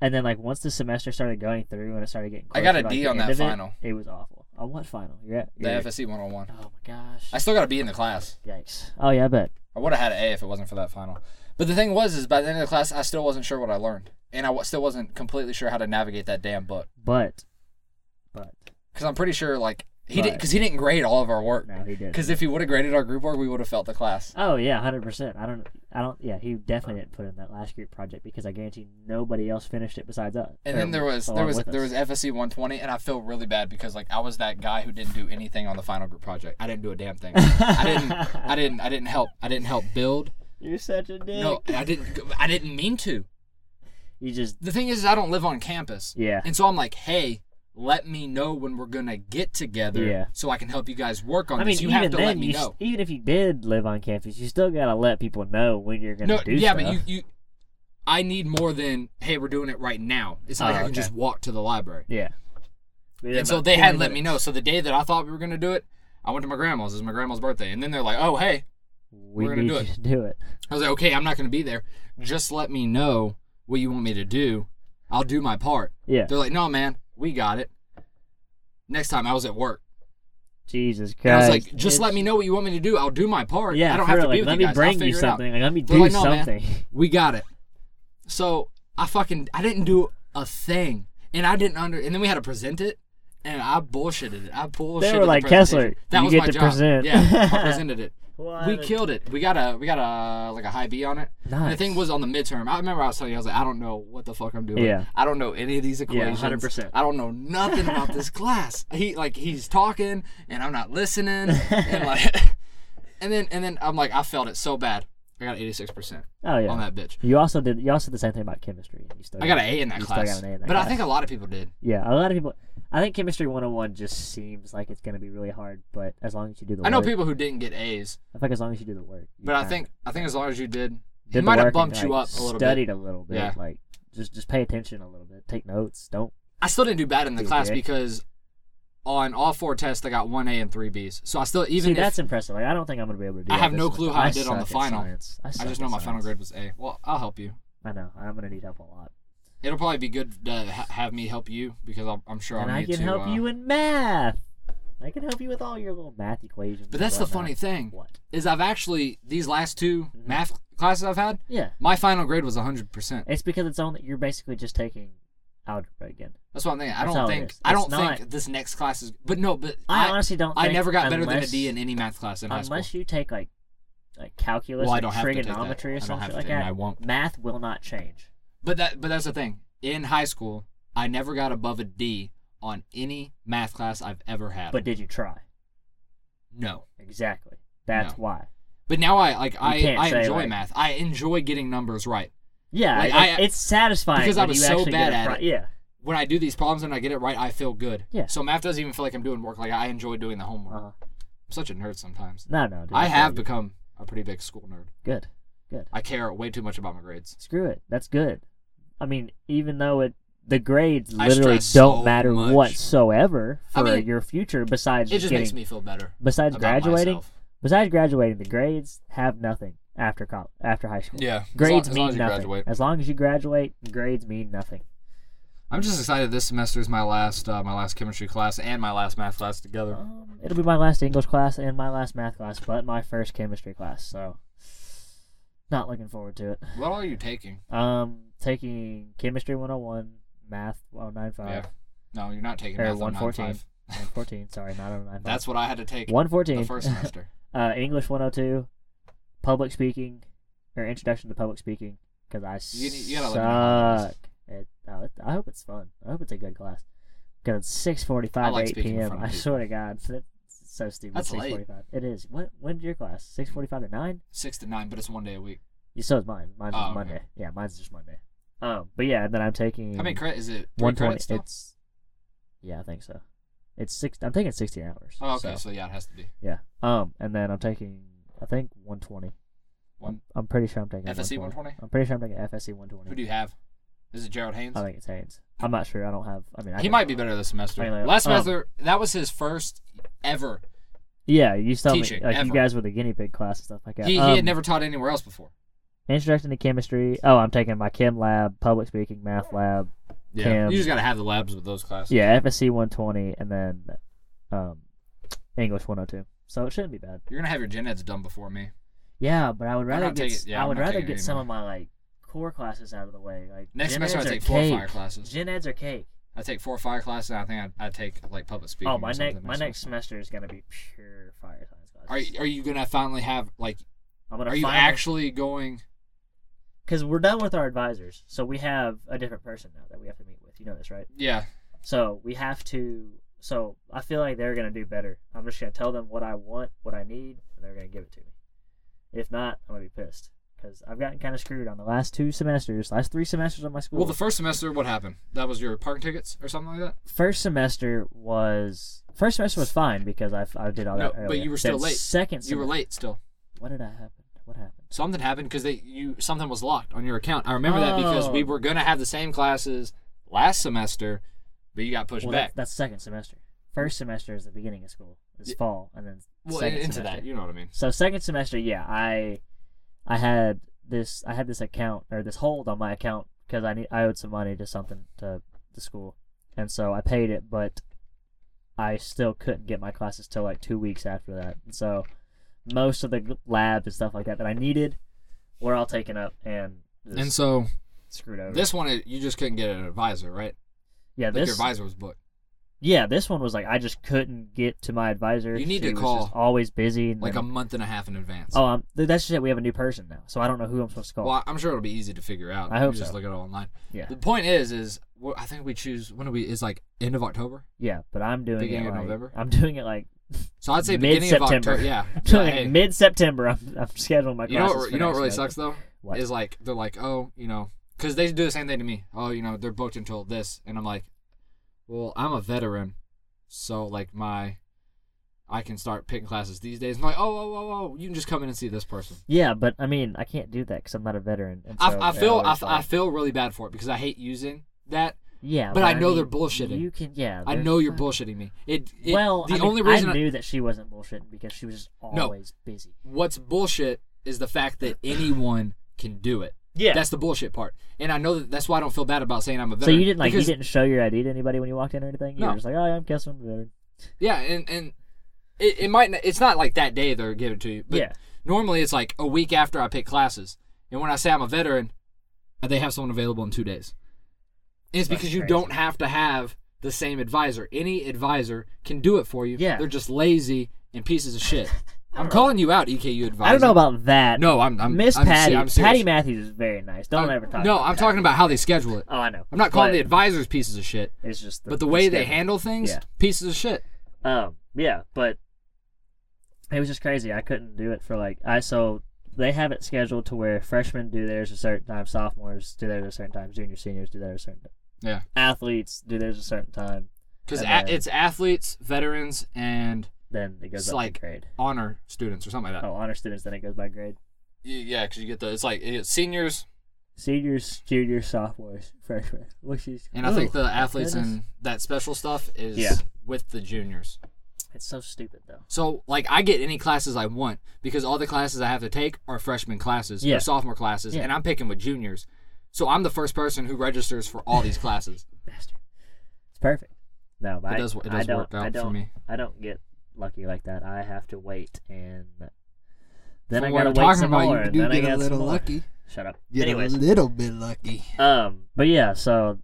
Speaker 2: and then like once the semester started going through and it started getting,
Speaker 1: I
Speaker 2: closer,
Speaker 1: got a
Speaker 2: to, like,
Speaker 1: D
Speaker 2: the
Speaker 1: on
Speaker 2: end
Speaker 1: that
Speaker 2: of it,
Speaker 1: final.
Speaker 2: It, was awful. On what final? You're at
Speaker 1: the
Speaker 2: you're-
Speaker 1: fse 101
Speaker 2: Oh my gosh.
Speaker 1: i still gotta be in the class
Speaker 2: Yikes. Oh yeah, I bet.
Speaker 1: i would have had an a if it wasn't for that final but the thing was is by the end of the class i still wasn't sure what i learned and i wa- still wasn't completely sure how to navigate that damn book
Speaker 2: But, but
Speaker 1: Because I'm pretty sure, like, he didn't,
Speaker 2: Right.
Speaker 1: because he didn't grade all of our work.
Speaker 2: no, he did.
Speaker 1: Because if he would have graded our group work, we would have felt the class.
Speaker 2: Oh yeah, hundred percent. I don't. I don't. Yeah, he definitely didn't put in that last group project because I guarantee nobody else finished it besides us.
Speaker 1: And
Speaker 2: or
Speaker 1: then there was there
Speaker 2: along
Speaker 1: was
Speaker 2: with
Speaker 1: there
Speaker 2: us.
Speaker 1: was FSC 120, and I feel really bad because like I was that guy who didn't do anything on the final group project. I didn't do a damn thing. I didn't I didn't I didn't help I didn't help build.
Speaker 2: You're such a dick.
Speaker 1: No, I didn't I didn't mean to.
Speaker 2: You just.
Speaker 1: The thing is, is I don't live on campus,
Speaker 2: Yeah.
Speaker 1: and so I'm like, hey. Let me know when we're gonna get together,
Speaker 2: Yeah.
Speaker 1: so I can help you guys work on
Speaker 2: I mean,
Speaker 1: this. You
Speaker 2: even
Speaker 1: have to
Speaker 2: then,
Speaker 1: let me
Speaker 2: you s-
Speaker 1: know.
Speaker 2: even if you did live on campus, you still gotta let people know when you're gonna
Speaker 1: No,
Speaker 2: do
Speaker 1: yeah,
Speaker 2: stuff.
Speaker 1: but you, you, I need more than hey, we're doing it right now. It's not
Speaker 2: Oh,
Speaker 1: like I can
Speaker 2: okay.
Speaker 1: just walk to the library.
Speaker 2: yeah.
Speaker 1: and so they hadn't let me know. So the day that I thought we were gonna do it, I went to my grandma's. It was my grandma's birthday, and then they're like, "Oh, hey,"
Speaker 2: We
Speaker 1: We're gonna
Speaker 2: need
Speaker 1: do
Speaker 2: you to do it.
Speaker 1: I was like, "Okay, I'm not gonna be there. Just let me know what you want me to do. I'll do my part."
Speaker 2: Yeah.
Speaker 1: They're like, "No, man, we got it." Next time I was at work,
Speaker 2: Jesus Christ.
Speaker 1: and I was like, "Just
Speaker 2: It's-
Speaker 1: let me know what you want me to do. I'll do my part.
Speaker 2: Yeah,
Speaker 1: I don't
Speaker 2: for
Speaker 1: have to
Speaker 2: real,
Speaker 1: be
Speaker 2: like,
Speaker 1: with
Speaker 2: let
Speaker 1: you
Speaker 2: me
Speaker 1: guys. I'll
Speaker 2: bring
Speaker 1: figure
Speaker 2: you
Speaker 1: it out."
Speaker 2: something. Like, let me
Speaker 1: They're
Speaker 2: do
Speaker 1: like, "No, man."
Speaker 2: something.
Speaker 1: We got it. So I fucking I didn't do a thing, and I didn't under. And then we had to present it, and I bullshitted it. I bullshitted.
Speaker 2: were
Speaker 1: the
Speaker 2: like,
Speaker 1: presentation.
Speaker 2: "Kessler,
Speaker 1: that
Speaker 2: you
Speaker 1: was
Speaker 2: get
Speaker 1: my
Speaker 2: to
Speaker 1: job.
Speaker 2: present."
Speaker 1: Yeah, I presented it.
Speaker 2: What?
Speaker 1: We killed it. We got a we got a like a high B on it. And
Speaker 2: Nice.
Speaker 1: The thing was on the midterm. I remember I was telling you I was like I don't know what the fuck I'm doing.
Speaker 2: Yeah.
Speaker 1: I don't know any of these equations.
Speaker 2: 100%.
Speaker 1: I don't know nothing about this class. He like he's talking and I'm not listening and like and then and then I'm like I felt it so bad. I got 86%
Speaker 2: Oh yeah.
Speaker 1: on that bitch.
Speaker 2: You also did. You also did the same thing about chemistry. You still
Speaker 1: I got an A in that
Speaker 2: You still
Speaker 1: class.
Speaker 2: got an A in that
Speaker 1: but I think a
Speaker 2: class.
Speaker 1: lot of people did.
Speaker 2: Yeah, a lot of people. I think chemistry 101 just seems like it's gonna be really hard, but as long as you do the
Speaker 1: I know
Speaker 2: work,
Speaker 1: people who didn't get A's,
Speaker 2: I think as long as you do the work. you
Speaker 1: but I
Speaker 2: kinda
Speaker 1: think I think as long as you did,
Speaker 2: did
Speaker 1: it
Speaker 2: the
Speaker 1: might
Speaker 2: work
Speaker 1: have
Speaker 2: and,
Speaker 1: bumped you
Speaker 2: like,
Speaker 1: up a little bit.
Speaker 2: Studied a little bit.
Speaker 1: Yeah.
Speaker 2: Like just just pay attention a little bit. Take notes. Don't.
Speaker 1: I still didn't do bad in the
Speaker 2: Dude,
Speaker 1: class
Speaker 2: dick.
Speaker 1: because on all four tests I got one A and three B's. So I still even
Speaker 2: See,
Speaker 1: if
Speaker 2: that's impressive. Like I don't think I'm gonna be able to do.
Speaker 1: I
Speaker 2: that
Speaker 1: have
Speaker 2: this
Speaker 1: no
Speaker 2: semester.
Speaker 1: clue how I did on
Speaker 2: suck
Speaker 1: the
Speaker 2: at
Speaker 1: final.
Speaker 2: science. I,
Speaker 1: I
Speaker 2: suck
Speaker 1: just
Speaker 2: at
Speaker 1: know my final
Speaker 2: science.
Speaker 1: grade was A. Well, I'll help you.
Speaker 2: I know. I'm gonna need help a lot.
Speaker 1: It'll probably be good to ha- have me help you because I'll, I'm sure
Speaker 2: and
Speaker 1: I'll
Speaker 2: I
Speaker 1: need
Speaker 2: can
Speaker 1: to.
Speaker 2: help
Speaker 1: uh,
Speaker 2: you in math. I can help you with all your little math equations.
Speaker 1: But
Speaker 2: and
Speaker 1: that's the
Speaker 2: whatnot.
Speaker 1: funny thing
Speaker 2: What?
Speaker 1: is I've actually these last 2
Speaker 2: Mm-hmm.
Speaker 1: math classes I've had,
Speaker 2: Yeah,
Speaker 1: my final grade was 100. percent
Speaker 2: it's because it's only you're basically just taking algebra again.
Speaker 1: That's what I'm thinking. I
Speaker 2: That's
Speaker 1: don't
Speaker 2: how it
Speaker 1: think
Speaker 2: is.
Speaker 1: I
Speaker 2: It's
Speaker 1: don't
Speaker 2: not-
Speaker 1: think this next class is. But no, but
Speaker 2: I,
Speaker 1: I
Speaker 2: honestly don't.
Speaker 1: I
Speaker 2: think
Speaker 1: never got better than a
Speaker 2: unless-
Speaker 1: D in any math class in high school.
Speaker 2: Unless you take like like calculus,
Speaker 1: Well, I
Speaker 2: like
Speaker 1: don't have to take that.
Speaker 2: trigonometry
Speaker 1: I
Speaker 2: or
Speaker 1: don't have
Speaker 2: something
Speaker 1: to,
Speaker 2: like
Speaker 1: and
Speaker 2: that,
Speaker 1: I won't.
Speaker 2: math will not change.
Speaker 1: But that but that's the thing. In high school, I never got above a D on any math class I've ever had.
Speaker 2: But did you try?
Speaker 1: no.
Speaker 2: Exactly. That's
Speaker 1: No.
Speaker 2: why.
Speaker 1: But now I like I,
Speaker 2: can't
Speaker 1: I
Speaker 2: say,
Speaker 1: enjoy
Speaker 2: like-
Speaker 1: math. I enjoy getting numbers right.
Speaker 2: Yeah,
Speaker 1: Like,
Speaker 2: it-
Speaker 1: I-
Speaker 2: it's satisfying
Speaker 1: because I
Speaker 2: when
Speaker 1: was
Speaker 2: you
Speaker 1: so
Speaker 2: actually
Speaker 1: bad
Speaker 2: get a
Speaker 1: at
Speaker 2: pri-
Speaker 1: it.
Speaker 2: Yeah,
Speaker 1: When I do these problems and I get it right, I feel good.
Speaker 2: Yeah.
Speaker 1: So math doesn't even feel like I'm doing work. Like I enjoy doing the homework.
Speaker 2: uh-huh.
Speaker 1: I'm such a nerd sometimes.
Speaker 2: no, no. Dude,
Speaker 1: I
Speaker 2: feel
Speaker 1: have
Speaker 2: you.
Speaker 1: become a pretty big school nerd.
Speaker 2: good. Good.
Speaker 1: I care way too much about my grades.
Speaker 2: Screw it. That's good. I mean, even though it the grades
Speaker 1: I
Speaker 2: literally don't
Speaker 1: stress so
Speaker 2: matter
Speaker 1: much.
Speaker 2: whatsoever
Speaker 1: I
Speaker 2: for
Speaker 1: mean,
Speaker 2: your future besides
Speaker 1: It just
Speaker 2: getting,
Speaker 1: makes me feel better.
Speaker 2: besides
Speaker 1: about
Speaker 2: graduating.
Speaker 1: myself.
Speaker 2: Besides graduating, the grades have nothing after college, after high school.
Speaker 1: Yeah. as long-
Speaker 2: Grades
Speaker 1: as
Speaker 2: mean
Speaker 1: long as you
Speaker 2: nothing.
Speaker 1: graduate.
Speaker 2: As long as you graduate, grades mean nothing.
Speaker 1: I'm just excited. This semester is my last, uh, my last chemistry class and my last math class together.
Speaker 2: Um, it'll be my last English class and my last math class, but my first chemistry class. So, not looking forward to it.
Speaker 1: What are you taking?
Speaker 2: Um, taking chemistry 101, math 195,
Speaker 1: No, you're not taking
Speaker 2: Or
Speaker 1: math on
Speaker 2: 114.
Speaker 1: 9.5.
Speaker 2: 114. Sorry, not 095.
Speaker 1: That's what I had to take the
Speaker 2: 114.
Speaker 1: first semester.
Speaker 2: uh, English 102, public speaking, or introduction to public speaking, because I
Speaker 1: You- you gotta let me know how that
Speaker 2: suck. It, oh, it, I hope it's fun. I hope it's a good class. Because it's six
Speaker 1: I
Speaker 2: forty-five
Speaker 1: like
Speaker 2: to eight
Speaker 1: speaking in
Speaker 2: p.m.
Speaker 1: front of
Speaker 2: I
Speaker 1: people.
Speaker 2: swear to God, that's so stupid.
Speaker 1: That's
Speaker 2: six
Speaker 1: late.
Speaker 2: forty-five. It is. When when's your class? Six forty-five to nine.
Speaker 1: Six to nine, but it's one day a week.
Speaker 2: Yeah, so is mine. Mine's
Speaker 1: Oh,
Speaker 2: just
Speaker 1: okay.
Speaker 2: Monday. Yeah, mine's just Monday. Um, but yeah, and then I'm taking
Speaker 1: How many credits is it? Three
Speaker 2: Mm. one
Speaker 1: credits
Speaker 2: twenty.
Speaker 1: still?
Speaker 2: It's yeah, I think so. It's six. I'm taking sixteen hours.
Speaker 1: Oh, okay. So.
Speaker 2: so-
Speaker 1: yeah, it has to be
Speaker 2: Yeah. Um, and then I'm taking I think 120.
Speaker 1: one.
Speaker 2: I'm pretty sure I'm taking
Speaker 1: FSC 120?
Speaker 2: I'm pretty sure I'm taking FSC 120.
Speaker 1: Who do you have? Is it Gerald Haynes?
Speaker 2: I think it's Haynes. I'm not sure. I don't have. I mean, I
Speaker 1: He
Speaker 2: can-
Speaker 1: might be better this semester.
Speaker 2: I know.
Speaker 1: Last
Speaker 2: Um,
Speaker 1: semester, that was his first ever.
Speaker 2: Yeah, you saw me.
Speaker 1: Teaching,
Speaker 2: Like
Speaker 1: ever.
Speaker 2: you guys were the guinea pig class and stuff like that.
Speaker 1: He, he
Speaker 2: Um,
Speaker 1: had never taught anywhere else before.
Speaker 2: Introduction to chemistry. Oh, I'm taking my chem lab, public speaking, math lab.
Speaker 1: Yeah.
Speaker 2: Cam.
Speaker 1: You just got to have the labs with those classes.
Speaker 2: Yeah, FSC 120, and then um, English 102. So it shouldn't be bad.
Speaker 1: You're going to have your gen eds done before me.
Speaker 2: Yeah, but I would rather
Speaker 1: not
Speaker 2: get.
Speaker 1: taking-
Speaker 2: s-
Speaker 1: yeah,
Speaker 2: I
Speaker 1: I'm
Speaker 2: would
Speaker 1: not
Speaker 2: rather
Speaker 1: taking
Speaker 2: get
Speaker 1: any
Speaker 2: some
Speaker 1: more.
Speaker 2: of my like core classes out of the way. Like
Speaker 1: Next
Speaker 2: gen
Speaker 1: semester,
Speaker 2: eds
Speaker 1: I
Speaker 2: are
Speaker 1: take four
Speaker 2: cake.
Speaker 1: fire classes.
Speaker 2: Gen eds are cake.
Speaker 1: I take four fire classes, and I think I, I take like public speaking.
Speaker 2: Oh,
Speaker 1: or
Speaker 2: my
Speaker 1: something
Speaker 2: next my
Speaker 1: semester.
Speaker 2: next semester is gonna be pure fire science classes.
Speaker 1: Are you, are you gonna finally have like?
Speaker 2: I'm gonna
Speaker 1: Are you actually going?
Speaker 2: Because we're done with our advisors, so we have a different person now that we have to meet with. You know this, right?
Speaker 1: Yeah,
Speaker 2: So we have to. So I feel like they're gonna do better. I'm just gonna tell them what I want, what I need, and they're gonna give it to me. If not, I'm gonna be pissed because I've gotten kind of screwed on the last two semesters, last three semesters of my school.
Speaker 1: Well, the first semester, what happened? That was your parking tickets or something like that.
Speaker 2: first semester was first semester was fine because I, I did all
Speaker 1: No,
Speaker 2: that.
Speaker 1: but
Speaker 2: earlier.
Speaker 1: you were still
Speaker 2: Then
Speaker 1: late.
Speaker 2: Second,
Speaker 1: You were
Speaker 2: semester-
Speaker 1: late still.
Speaker 2: What did I happen? What happened?
Speaker 1: Something happened because they you something was locked on your account. I remember that because
Speaker 2: Oh.
Speaker 1: we were gonna have the same classes last semester, but you got pushed
Speaker 2: Well,
Speaker 1: back.
Speaker 2: That, that's second semester. First semester is the beginning of school. It's fall, and then
Speaker 1: well,
Speaker 2: second
Speaker 1: into
Speaker 2: semester.
Speaker 1: that, you know what I mean.
Speaker 2: So second semester, yeah, I, I had this, I had this account or this hold on my account because I need, I owed some money to something to the school, and so I paid it, but I still couldn't get my classes till like two weeks after that. And so most of the labs and stuff like that that I needed were all taken up and just
Speaker 1: And so
Speaker 2: screwed over.
Speaker 1: this one, it- you just couldn't get an advisor, right?
Speaker 2: yeah,
Speaker 1: Like
Speaker 2: this
Speaker 1: your advisor was booked.
Speaker 2: yeah, this one was like I just couldn't get to my advisor.
Speaker 1: You need
Speaker 2: She
Speaker 1: to
Speaker 2: was
Speaker 1: call.
Speaker 2: just always busy. And
Speaker 1: like a
Speaker 2: then-
Speaker 1: month and a half in advance.
Speaker 2: oh, um, th- that's just it. We have a new person now, so I don't know who I'm supposed to call.
Speaker 1: Well, I'm sure it'll be easy to figure out.
Speaker 2: I hope
Speaker 1: you just
Speaker 2: so.
Speaker 1: look it up online.
Speaker 2: Yeah.
Speaker 1: The point is, is wh- I think we choose when do we is like end of October.
Speaker 2: yeah, but I'm doing
Speaker 1: Beginning
Speaker 2: it
Speaker 1: of
Speaker 2: like,
Speaker 1: November?
Speaker 2: I'm doing it like
Speaker 1: So I'd say beginning
Speaker 2: Mid-September.
Speaker 1: of October. Yeah.
Speaker 2: I'm
Speaker 1: Yeah,
Speaker 2: doing
Speaker 1: hey,
Speaker 2: it mid September. I'm, I'm scheduling my
Speaker 1: you know
Speaker 2: classes.
Speaker 1: what,
Speaker 2: for
Speaker 1: you know what
Speaker 2: next
Speaker 1: really
Speaker 2: November.
Speaker 1: sucks though
Speaker 2: What?
Speaker 1: is like they're like oh you know because they do the same thing to me oh you know they're booked until this and I'm like well I'm a veteran so like my I can start picking classes these days. I'm like, oh, oh, oh, oh, you can just come in and see this person.
Speaker 2: Yeah, but I mean, I can't do that because I'm not a veteran. and so
Speaker 1: I, I
Speaker 2: they're
Speaker 1: feel, I, f-
Speaker 2: always
Speaker 1: I
Speaker 2: like-
Speaker 1: feel really bad for it because I hate using that.
Speaker 2: yeah,
Speaker 1: but I know they're
Speaker 2: mean,
Speaker 1: bullshitting.
Speaker 2: You can, yeah.
Speaker 1: I
Speaker 2: they're
Speaker 1: know you're
Speaker 2: fuck-
Speaker 1: bullshitting me. It, it
Speaker 2: well,
Speaker 1: the
Speaker 2: I mean,
Speaker 1: only reason
Speaker 2: I
Speaker 1: I-
Speaker 2: knew that she wasn't bullshitting because she was just
Speaker 1: No.
Speaker 2: always busy.
Speaker 1: what's bullshit is the fact that anyone can do it.
Speaker 2: Yeah.
Speaker 1: That's the bullshit part. And I know that that's why I don't feel bad about saying I'm a
Speaker 2: so
Speaker 1: veteran.
Speaker 2: you didn't like
Speaker 1: because-
Speaker 2: you didn't show your ID to anybody when you walked in or anything. You
Speaker 1: No.
Speaker 2: were just like, oh, yeah, I'm guessing I'm a veteran.
Speaker 1: Yeah, and and it, it might n- it's not like that day they're giving it to you. But
Speaker 2: Yeah.
Speaker 1: normally it's like a week after I pick classes. And when I say I'm a veteran, uh, they have someone available in 2 days. And it's
Speaker 2: That's
Speaker 1: because you
Speaker 2: crazy.
Speaker 1: don't have to have the same advisor. Any advisor can do it for you.
Speaker 2: Yeah.
Speaker 1: They're just lazy and pieces of shit. I'm calling you out, EKU advisor.
Speaker 2: I don't know about that.
Speaker 1: No, I'm. I'm
Speaker 2: Miss
Speaker 1: I'm, se-
Speaker 2: Patty,
Speaker 1: I'm serious.
Speaker 2: Patty Matthews is very nice. Don't
Speaker 1: I'm-
Speaker 2: ever talk.
Speaker 1: No,
Speaker 2: about
Speaker 1: I'm
Speaker 2: that.
Speaker 1: talking about how they schedule it.
Speaker 2: Oh, I know.
Speaker 1: I'm not calling the
Speaker 2: But
Speaker 1: advisors pieces of shit,
Speaker 2: It's just,
Speaker 1: but the way they
Speaker 2: schedule.
Speaker 1: handle things,
Speaker 2: Yeah.
Speaker 1: pieces of shit.
Speaker 2: Um, yeah, but it was just crazy. I couldn't do it for like I so they have it scheduled to where freshmen do theirs a certain time, sophomores do theirs at a certain time, juniors, seniors do theirs a certain time,
Speaker 1: Yeah,
Speaker 2: athletes do theirs a certain time.
Speaker 1: because
Speaker 2: And then-
Speaker 1: it's athletes, veterans, and
Speaker 2: Then it goes
Speaker 1: It's
Speaker 2: up
Speaker 1: like-
Speaker 2: by grade.
Speaker 1: honor students or something like that.
Speaker 2: Oh, honor students. Then it goes by grade.
Speaker 1: Y- Yeah, because you get the it's like it's seniors,
Speaker 2: Seniors, juniors, sophomores, freshmen. Which is
Speaker 1: and I think
Speaker 2: Ooh,
Speaker 1: the athletes
Speaker 2: goodness.
Speaker 1: and that special stuff is
Speaker 2: Yeah.
Speaker 1: with the juniors.
Speaker 2: it's so stupid though.
Speaker 1: So like I get any classes I want because all the classes I have to take are freshman classes
Speaker 2: Yeah.
Speaker 1: or sophomore classes,
Speaker 2: Yeah.
Speaker 1: and I'm picking with juniors. So I'm the first person who registers for all these classes.
Speaker 2: Bastard. It's perfect. No, but
Speaker 1: It
Speaker 2: I-
Speaker 1: does- it
Speaker 2: I
Speaker 1: does
Speaker 2: don't,
Speaker 1: work out
Speaker 2: I
Speaker 1: for
Speaker 2: don't,
Speaker 1: me.
Speaker 2: I don't get lucky like that. I have to wait, and then
Speaker 1: From
Speaker 2: I
Speaker 1: what
Speaker 2: gotta
Speaker 1: I'm
Speaker 2: wait
Speaker 1: talking
Speaker 2: some
Speaker 1: about,
Speaker 2: more.
Speaker 1: you
Speaker 2: and
Speaker 1: do
Speaker 2: then I
Speaker 1: get a
Speaker 2: got some
Speaker 1: little
Speaker 2: more.
Speaker 1: lucky.
Speaker 2: Shut up.
Speaker 1: Get
Speaker 2: Anyways,
Speaker 1: little bit lucky.
Speaker 2: um, but yeah, so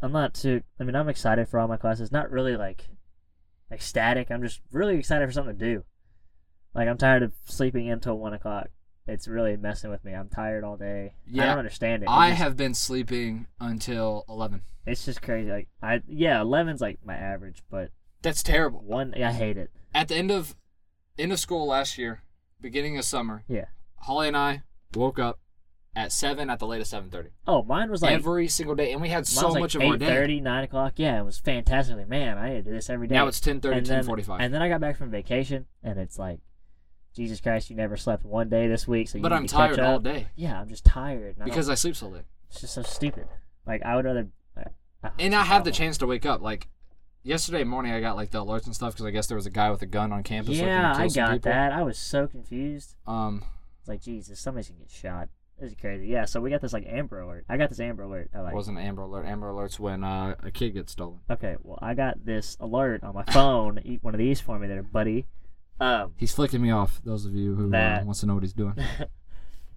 Speaker 2: I'm not too. I mean, I'm excited for all my classes. Not really like ecstatic. I'm just really excited for something to do. Like I'm tired of sleeping in till one o'clock. It's really messing with me. I'm tired all day. I
Speaker 1: Yeah.
Speaker 2: don't understand it. It
Speaker 1: I
Speaker 2: just-
Speaker 1: have been sleeping until eleven.
Speaker 2: It's just crazy. Like I, yeah, eleven's like my average, but
Speaker 1: That's terrible.
Speaker 2: one, I hate it.
Speaker 1: At the end of end of school last year, beginning of summer,
Speaker 2: Yeah.
Speaker 1: Holly and I woke up at seven at the latest seven thirty
Speaker 2: Oh, mine was like
Speaker 1: every single day, and we had
Speaker 2: mine
Speaker 1: so
Speaker 2: was like
Speaker 1: much of our
Speaker 2: eight
Speaker 1: day.
Speaker 2: thirty, nine o'clock. Yeah, it was fantastic. Like, man, I need to do this every day.
Speaker 1: Now it's 10:30,
Speaker 2: And then-
Speaker 1: 10:45.
Speaker 2: And then I got back from vacation, and it's like, Jesus Christ, you never slept one day this week. So you
Speaker 1: But
Speaker 2: need
Speaker 1: I'm
Speaker 2: to catch
Speaker 1: tired all
Speaker 2: up.
Speaker 1: day.
Speaker 2: Yeah, I'm just tired and I don't-
Speaker 1: because I sleep so late,
Speaker 2: it's just so stupid. Like I would rather. uh, I-
Speaker 1: and I have the
Speaker 2: awful.
Speaker 1: chance to wake up. Like yesterday morning, I got like the alerts and stuff because I guess there was a guy with a gun on campus.
Speaker 2: Yeah, I
Speaker 1: looking to kill some
Speaker 2: got
Speaker 1: people.
Speaker 2: that. I was so confused.
Speaker 1: Um,
Speaker 2: It's like, Jesus, somebody's gonna get shot. This is crazy. Yeah, so we got this like Amber Alert. I got this Amber Alert. I like.
Speaker 1: wasn't Amber Alert. Amber Alerts when uh, a kid gets stolen.
Speaker 2: Okay, well, I got this alert on my phone. Eat one of these for me, there, buddy. Um,
Speaker 1: He's flicking me off. Those of you who uh,
Speaker 2: That-
Speaker 1: wants to know what he's doing,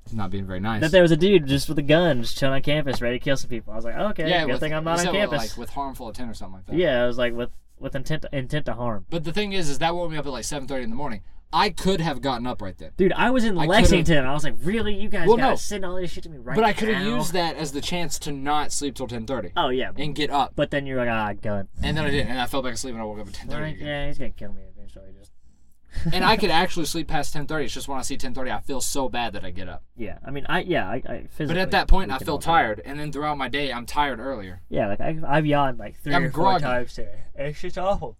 Speaker 1: he's not being very nice.
Speaker 2: that there was a dude just with a gun, just chilling on campus, ready to kill some people. I was like, "Oh, okay,
Speaker 1: yeah,
Speaker 2: good
Speaker 1: with-
Speaker 2: thing I'm
Speaker 1: he
Speaker 2: not
Speaker 1: said
Speaker 2: on
Speaker 1: with,
Speaker 2: campus.
Speaker 1: Like with harmful intent or something like that.
Speaker 2: yeah, I was like with with intent intent to harm.
Speaker 1: But the thing is, is that woke me up at like seven thirty in the morning. I could have gotten up right then,
Speaker 2: Dude, I was in
Speaker 1: I could've-
Speaker 2: Lexington. I was like, really, you guys
Speaker 1: Well,
Speaker 2: gotta
Speaker 1: no.
Speaker 2: send all this shit to me right
Speaker 1: but I could have
Speaker 2: now?"
Speaker 1: used that as the chance to not sleep till ten thirty
Speaker 2: Oh yeah,
Speaker 1: and get up.
Speaker 2: but then you're like, ah, gun.
Speaker 1: And then I didn't, and I fell back asleep, and I woke up at ten thirty.
Speaker 2: Like,
Speaker 1: again.
Speaker 2: yeah, he's gonna kill me eventually. Just
Speaker 1: and I could actually sleep past ten thirty. It's just when I see ten thirty, I feel so bad that I get up.
Speaker 2: yeah. I mean, I yeah, I, I physically.
Speaker 1: But at that point,
Speaker 2: we
Speaker 1: I
Speaker 2: can
Speaker 1: feel
Speaker 2: all do that.
Speaker 1: tired, and then throughout my day, I'm tired earlier.
Speaker 2: Yeah, like I, I've yawned like 3
Speaker 1: I'm
Speaker 2: or four
Speaker 1: groggy.
Speaker 2: times today. It's just awful.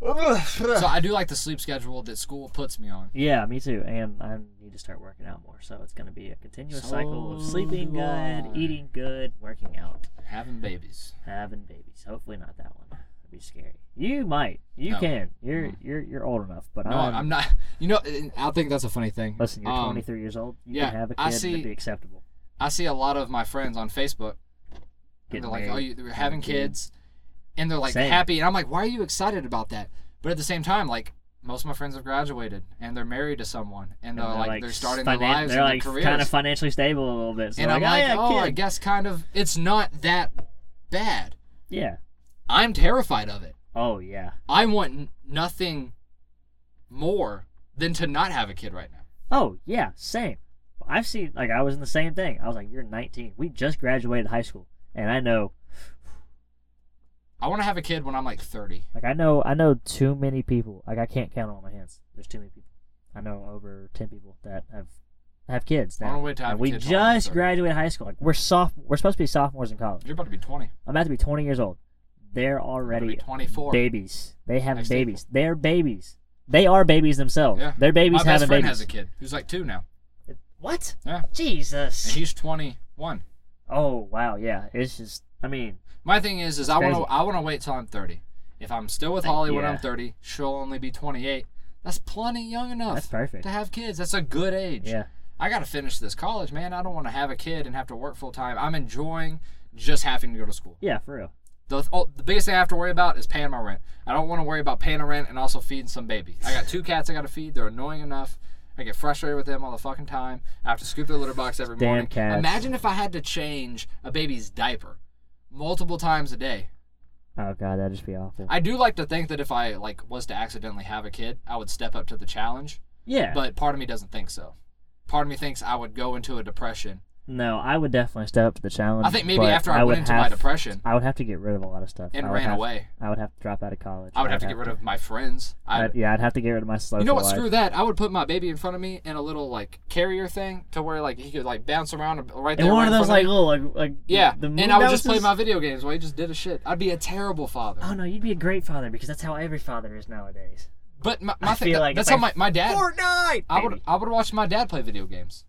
Speaker 1: So I do like the sleep schedule that school puts me on.
Speaker 2: Yeah, me too. And I need to start working out more. So it's going to be a continuous cycle of
Speaker 1: So
Speaker 2: sleeping
Speaker 1: do
Speaker 2: good,
Speaker 1: I.
Speaker 2: eating good, working out,
Speaker 1: Having babies.
Speaker 2: having babies. Hopefully not that one. That'd be scary. You might. You
Speaker 1: No.
Speaker 2: can. You're you're you're old enough, but
Speaker 1: No,
Speaker 2: I'm,
Speaker 1: I'm not. You know, and I think that's a funny thing.
Speaker 2: Listen, you're
Speaker 1: Um,
Speaker 2: 23 years old. You
Speaker 1: yeah,
Speaker 2: can have a kid.
Speaker 1: I
Speaker 2: It'd
Speaker 1: see-
Speaker 2: be acceptable.
Speaker 1: I see a lot of my friends on Facebook. and
Speaker 2: Getting
Speaker 1: They're like, "Oh,
Speaker 2: married,
Speaker 1: you, they're having kids," and they're like
Speaker 2: Same.
Speaker 1: happy, and I'm like, "Why are you excited about that?" But at the same time, like most of my friends have graduated and they're married to someone, and, they're, like, they're starting their
Speaker 2: finan-
Speaker 1: lives
Speaker 2: They're
Speaker 1: and
Speaker 2: like
Speaker 1: their careers.
Speaker 2: kind of financially stable a little bit. So
Speaker 1: and I'm
Speaker 2: like,
Speaker 1: like,
Speaker 2: oh,
Speaker 1: "Oh,
Speaker 2: yeah,
Speaker 1: I
Speaker 2: kid."
Speaker 1: guess kind of. It's not that bad.
Speaker 2: yeah,
Speaker 1: I'm terrified of it.
Speaker 2: Oh yeah.
Speaker 1: I want n- nothing more than to not have a kid right now.
Speaker 2: Oh yeah. Same. I've seen like I was in the same thing. I was like, you're 19. We just graduated high school, and I know
Speaker 1: I want to have a kid when I'm like 30.
Speaker 2: Like I know, I know too many people. Like I can't count them on my hands. There's too many people. I know over ten people that have have kids
Speaker 1: I don't
Speaker 2: now.
Speaker 1: wait to have
Speaker 2: and we
Speaker 1: kids till I'm
Speaker 2: just
Speaker 1: 30.
Speaker 2: graduated high school. Like we're soft. We're supposed to be sophomores in college.
Speaker 1: You're about to be 20.
Speaker 2: I'm about to be 20 years old. They're
Speaker 1: You're about to
Speaker 2: already
Speaker 1: be 24.
Speaker 2: babies. They have
Speaker 1: Next
Speaker 2: babies. They're babies. They are babies themselves.
Speaker 1: Yeah.
Speaker 2: Oh, They're
Speaker 1: My
Speaker 2: babies
Speaker 1: best
Speaker 2: having
Speaker 1: friend
Speaker 2: babies.
Speaker 1: has a kid who's like two now,
Speaker 2: What?
Speaker 1: Yeah.
Speaker 2: Jesus.
Speaker 1: and he's 21.
Speaker 2: oh wow. Yeah. It's just. I mean.
Speaker 1: My thing is, is I want
Speaker 2: crazy.
Speaker 1: to I want to wait till I'm 30. If I'm still with
Speaker 2: Like,
Speaker 1: Holly when I'm
Speaker 2: yeah.
Speaker 1: 30, she'll only be 28. That's plenty young enough
Speaker 2: That's perfect.
Speaker 1: to have kids. That's a good age.
Speaker 2: Yeah.
Speaker 1: I got to finish this college, man. I don't want to have a kid and have to work full time. I'm enjoying just having to go to school.
Speaker 2: Yeah. For real.
Speaker 1: The, oh, the biggest thing I have to worry about is paying my rent. I don't want to worry about paying a rent and also feeding some baby. I got two cats I got to feed. They're annoying enough. I get frustrated with them all the fucking time. I have to scoop their litter box every
Speaker 2: Damn
Speaker 1: morning.
Speaker 2: cats.
Speaker 1: Imagine if I had to change a baby's diaper multiple times a day.
Speaker 2: Oh god, that'd just be awful.
Speaker 1: I do like to think that if I like was to accidentally have a kid, I would step up to the challenge.
Speaker 2: yeah.
Speaker 1: But part of me doesn't think so. Part of me thinks I would go into a depression.
Speaker 2: No, I would definitely step up to the challenge.
Speaker 1: I think maybe
Speaker 2: but
Speaker 1: after I,
Speaker 2: would
Speaker 1: went into
Speaker 2: have,
Speaker 1: my depression
Speaker 2: I would have to get rid of a lot of stuff. I
Speaker 1: and
Speaker 2: would
Speaker 1: ran
Speaker 2: have-
Speaker 1: away,
Speaker 2: I would have to drop out of college.
Speaker 1: I would have to get rid of my friends. I,
Speaker 2: I'd- yeah, I'd have to get rid of my slow.
Speaker 1: you know what?
Speaker 2: Life.
Speaker 1: Screw that. I would put my baby in front of me in a little like carrier thing to where like he could like bounce around and- right there.
Speaker 2: And one
Speaker 1: right
Speaker 2: of
Speaker 1: in
Speaker 2: those
Speaker 1: front
Speaker 2: like
Speaker 1: of me.
Speaker 2: little like like
Speaker 1: yeah,
Speaker 2: the moon
Speaker 1: and I would just play
Speaker 2: bounces.
Speaker 1: my video games while he just did a shit. I'd be a terrible father.
Speaker 2: Oh no, you'd be a great father because that's how every father is nowadays.
Speaker 1: But my, my
Speaker 2: I
Speaker 1: thing
Speaker 2: feel
Speaker 1: that-
Speaker 2: like
Speaker 1: that's
Speaker 2: if
Speaker 1: how my,
Speaker 2: I-
Speaker 1: my dad.
Speaker 2: Fortnite.
Speaker 1: I would I would watch my dad play video games.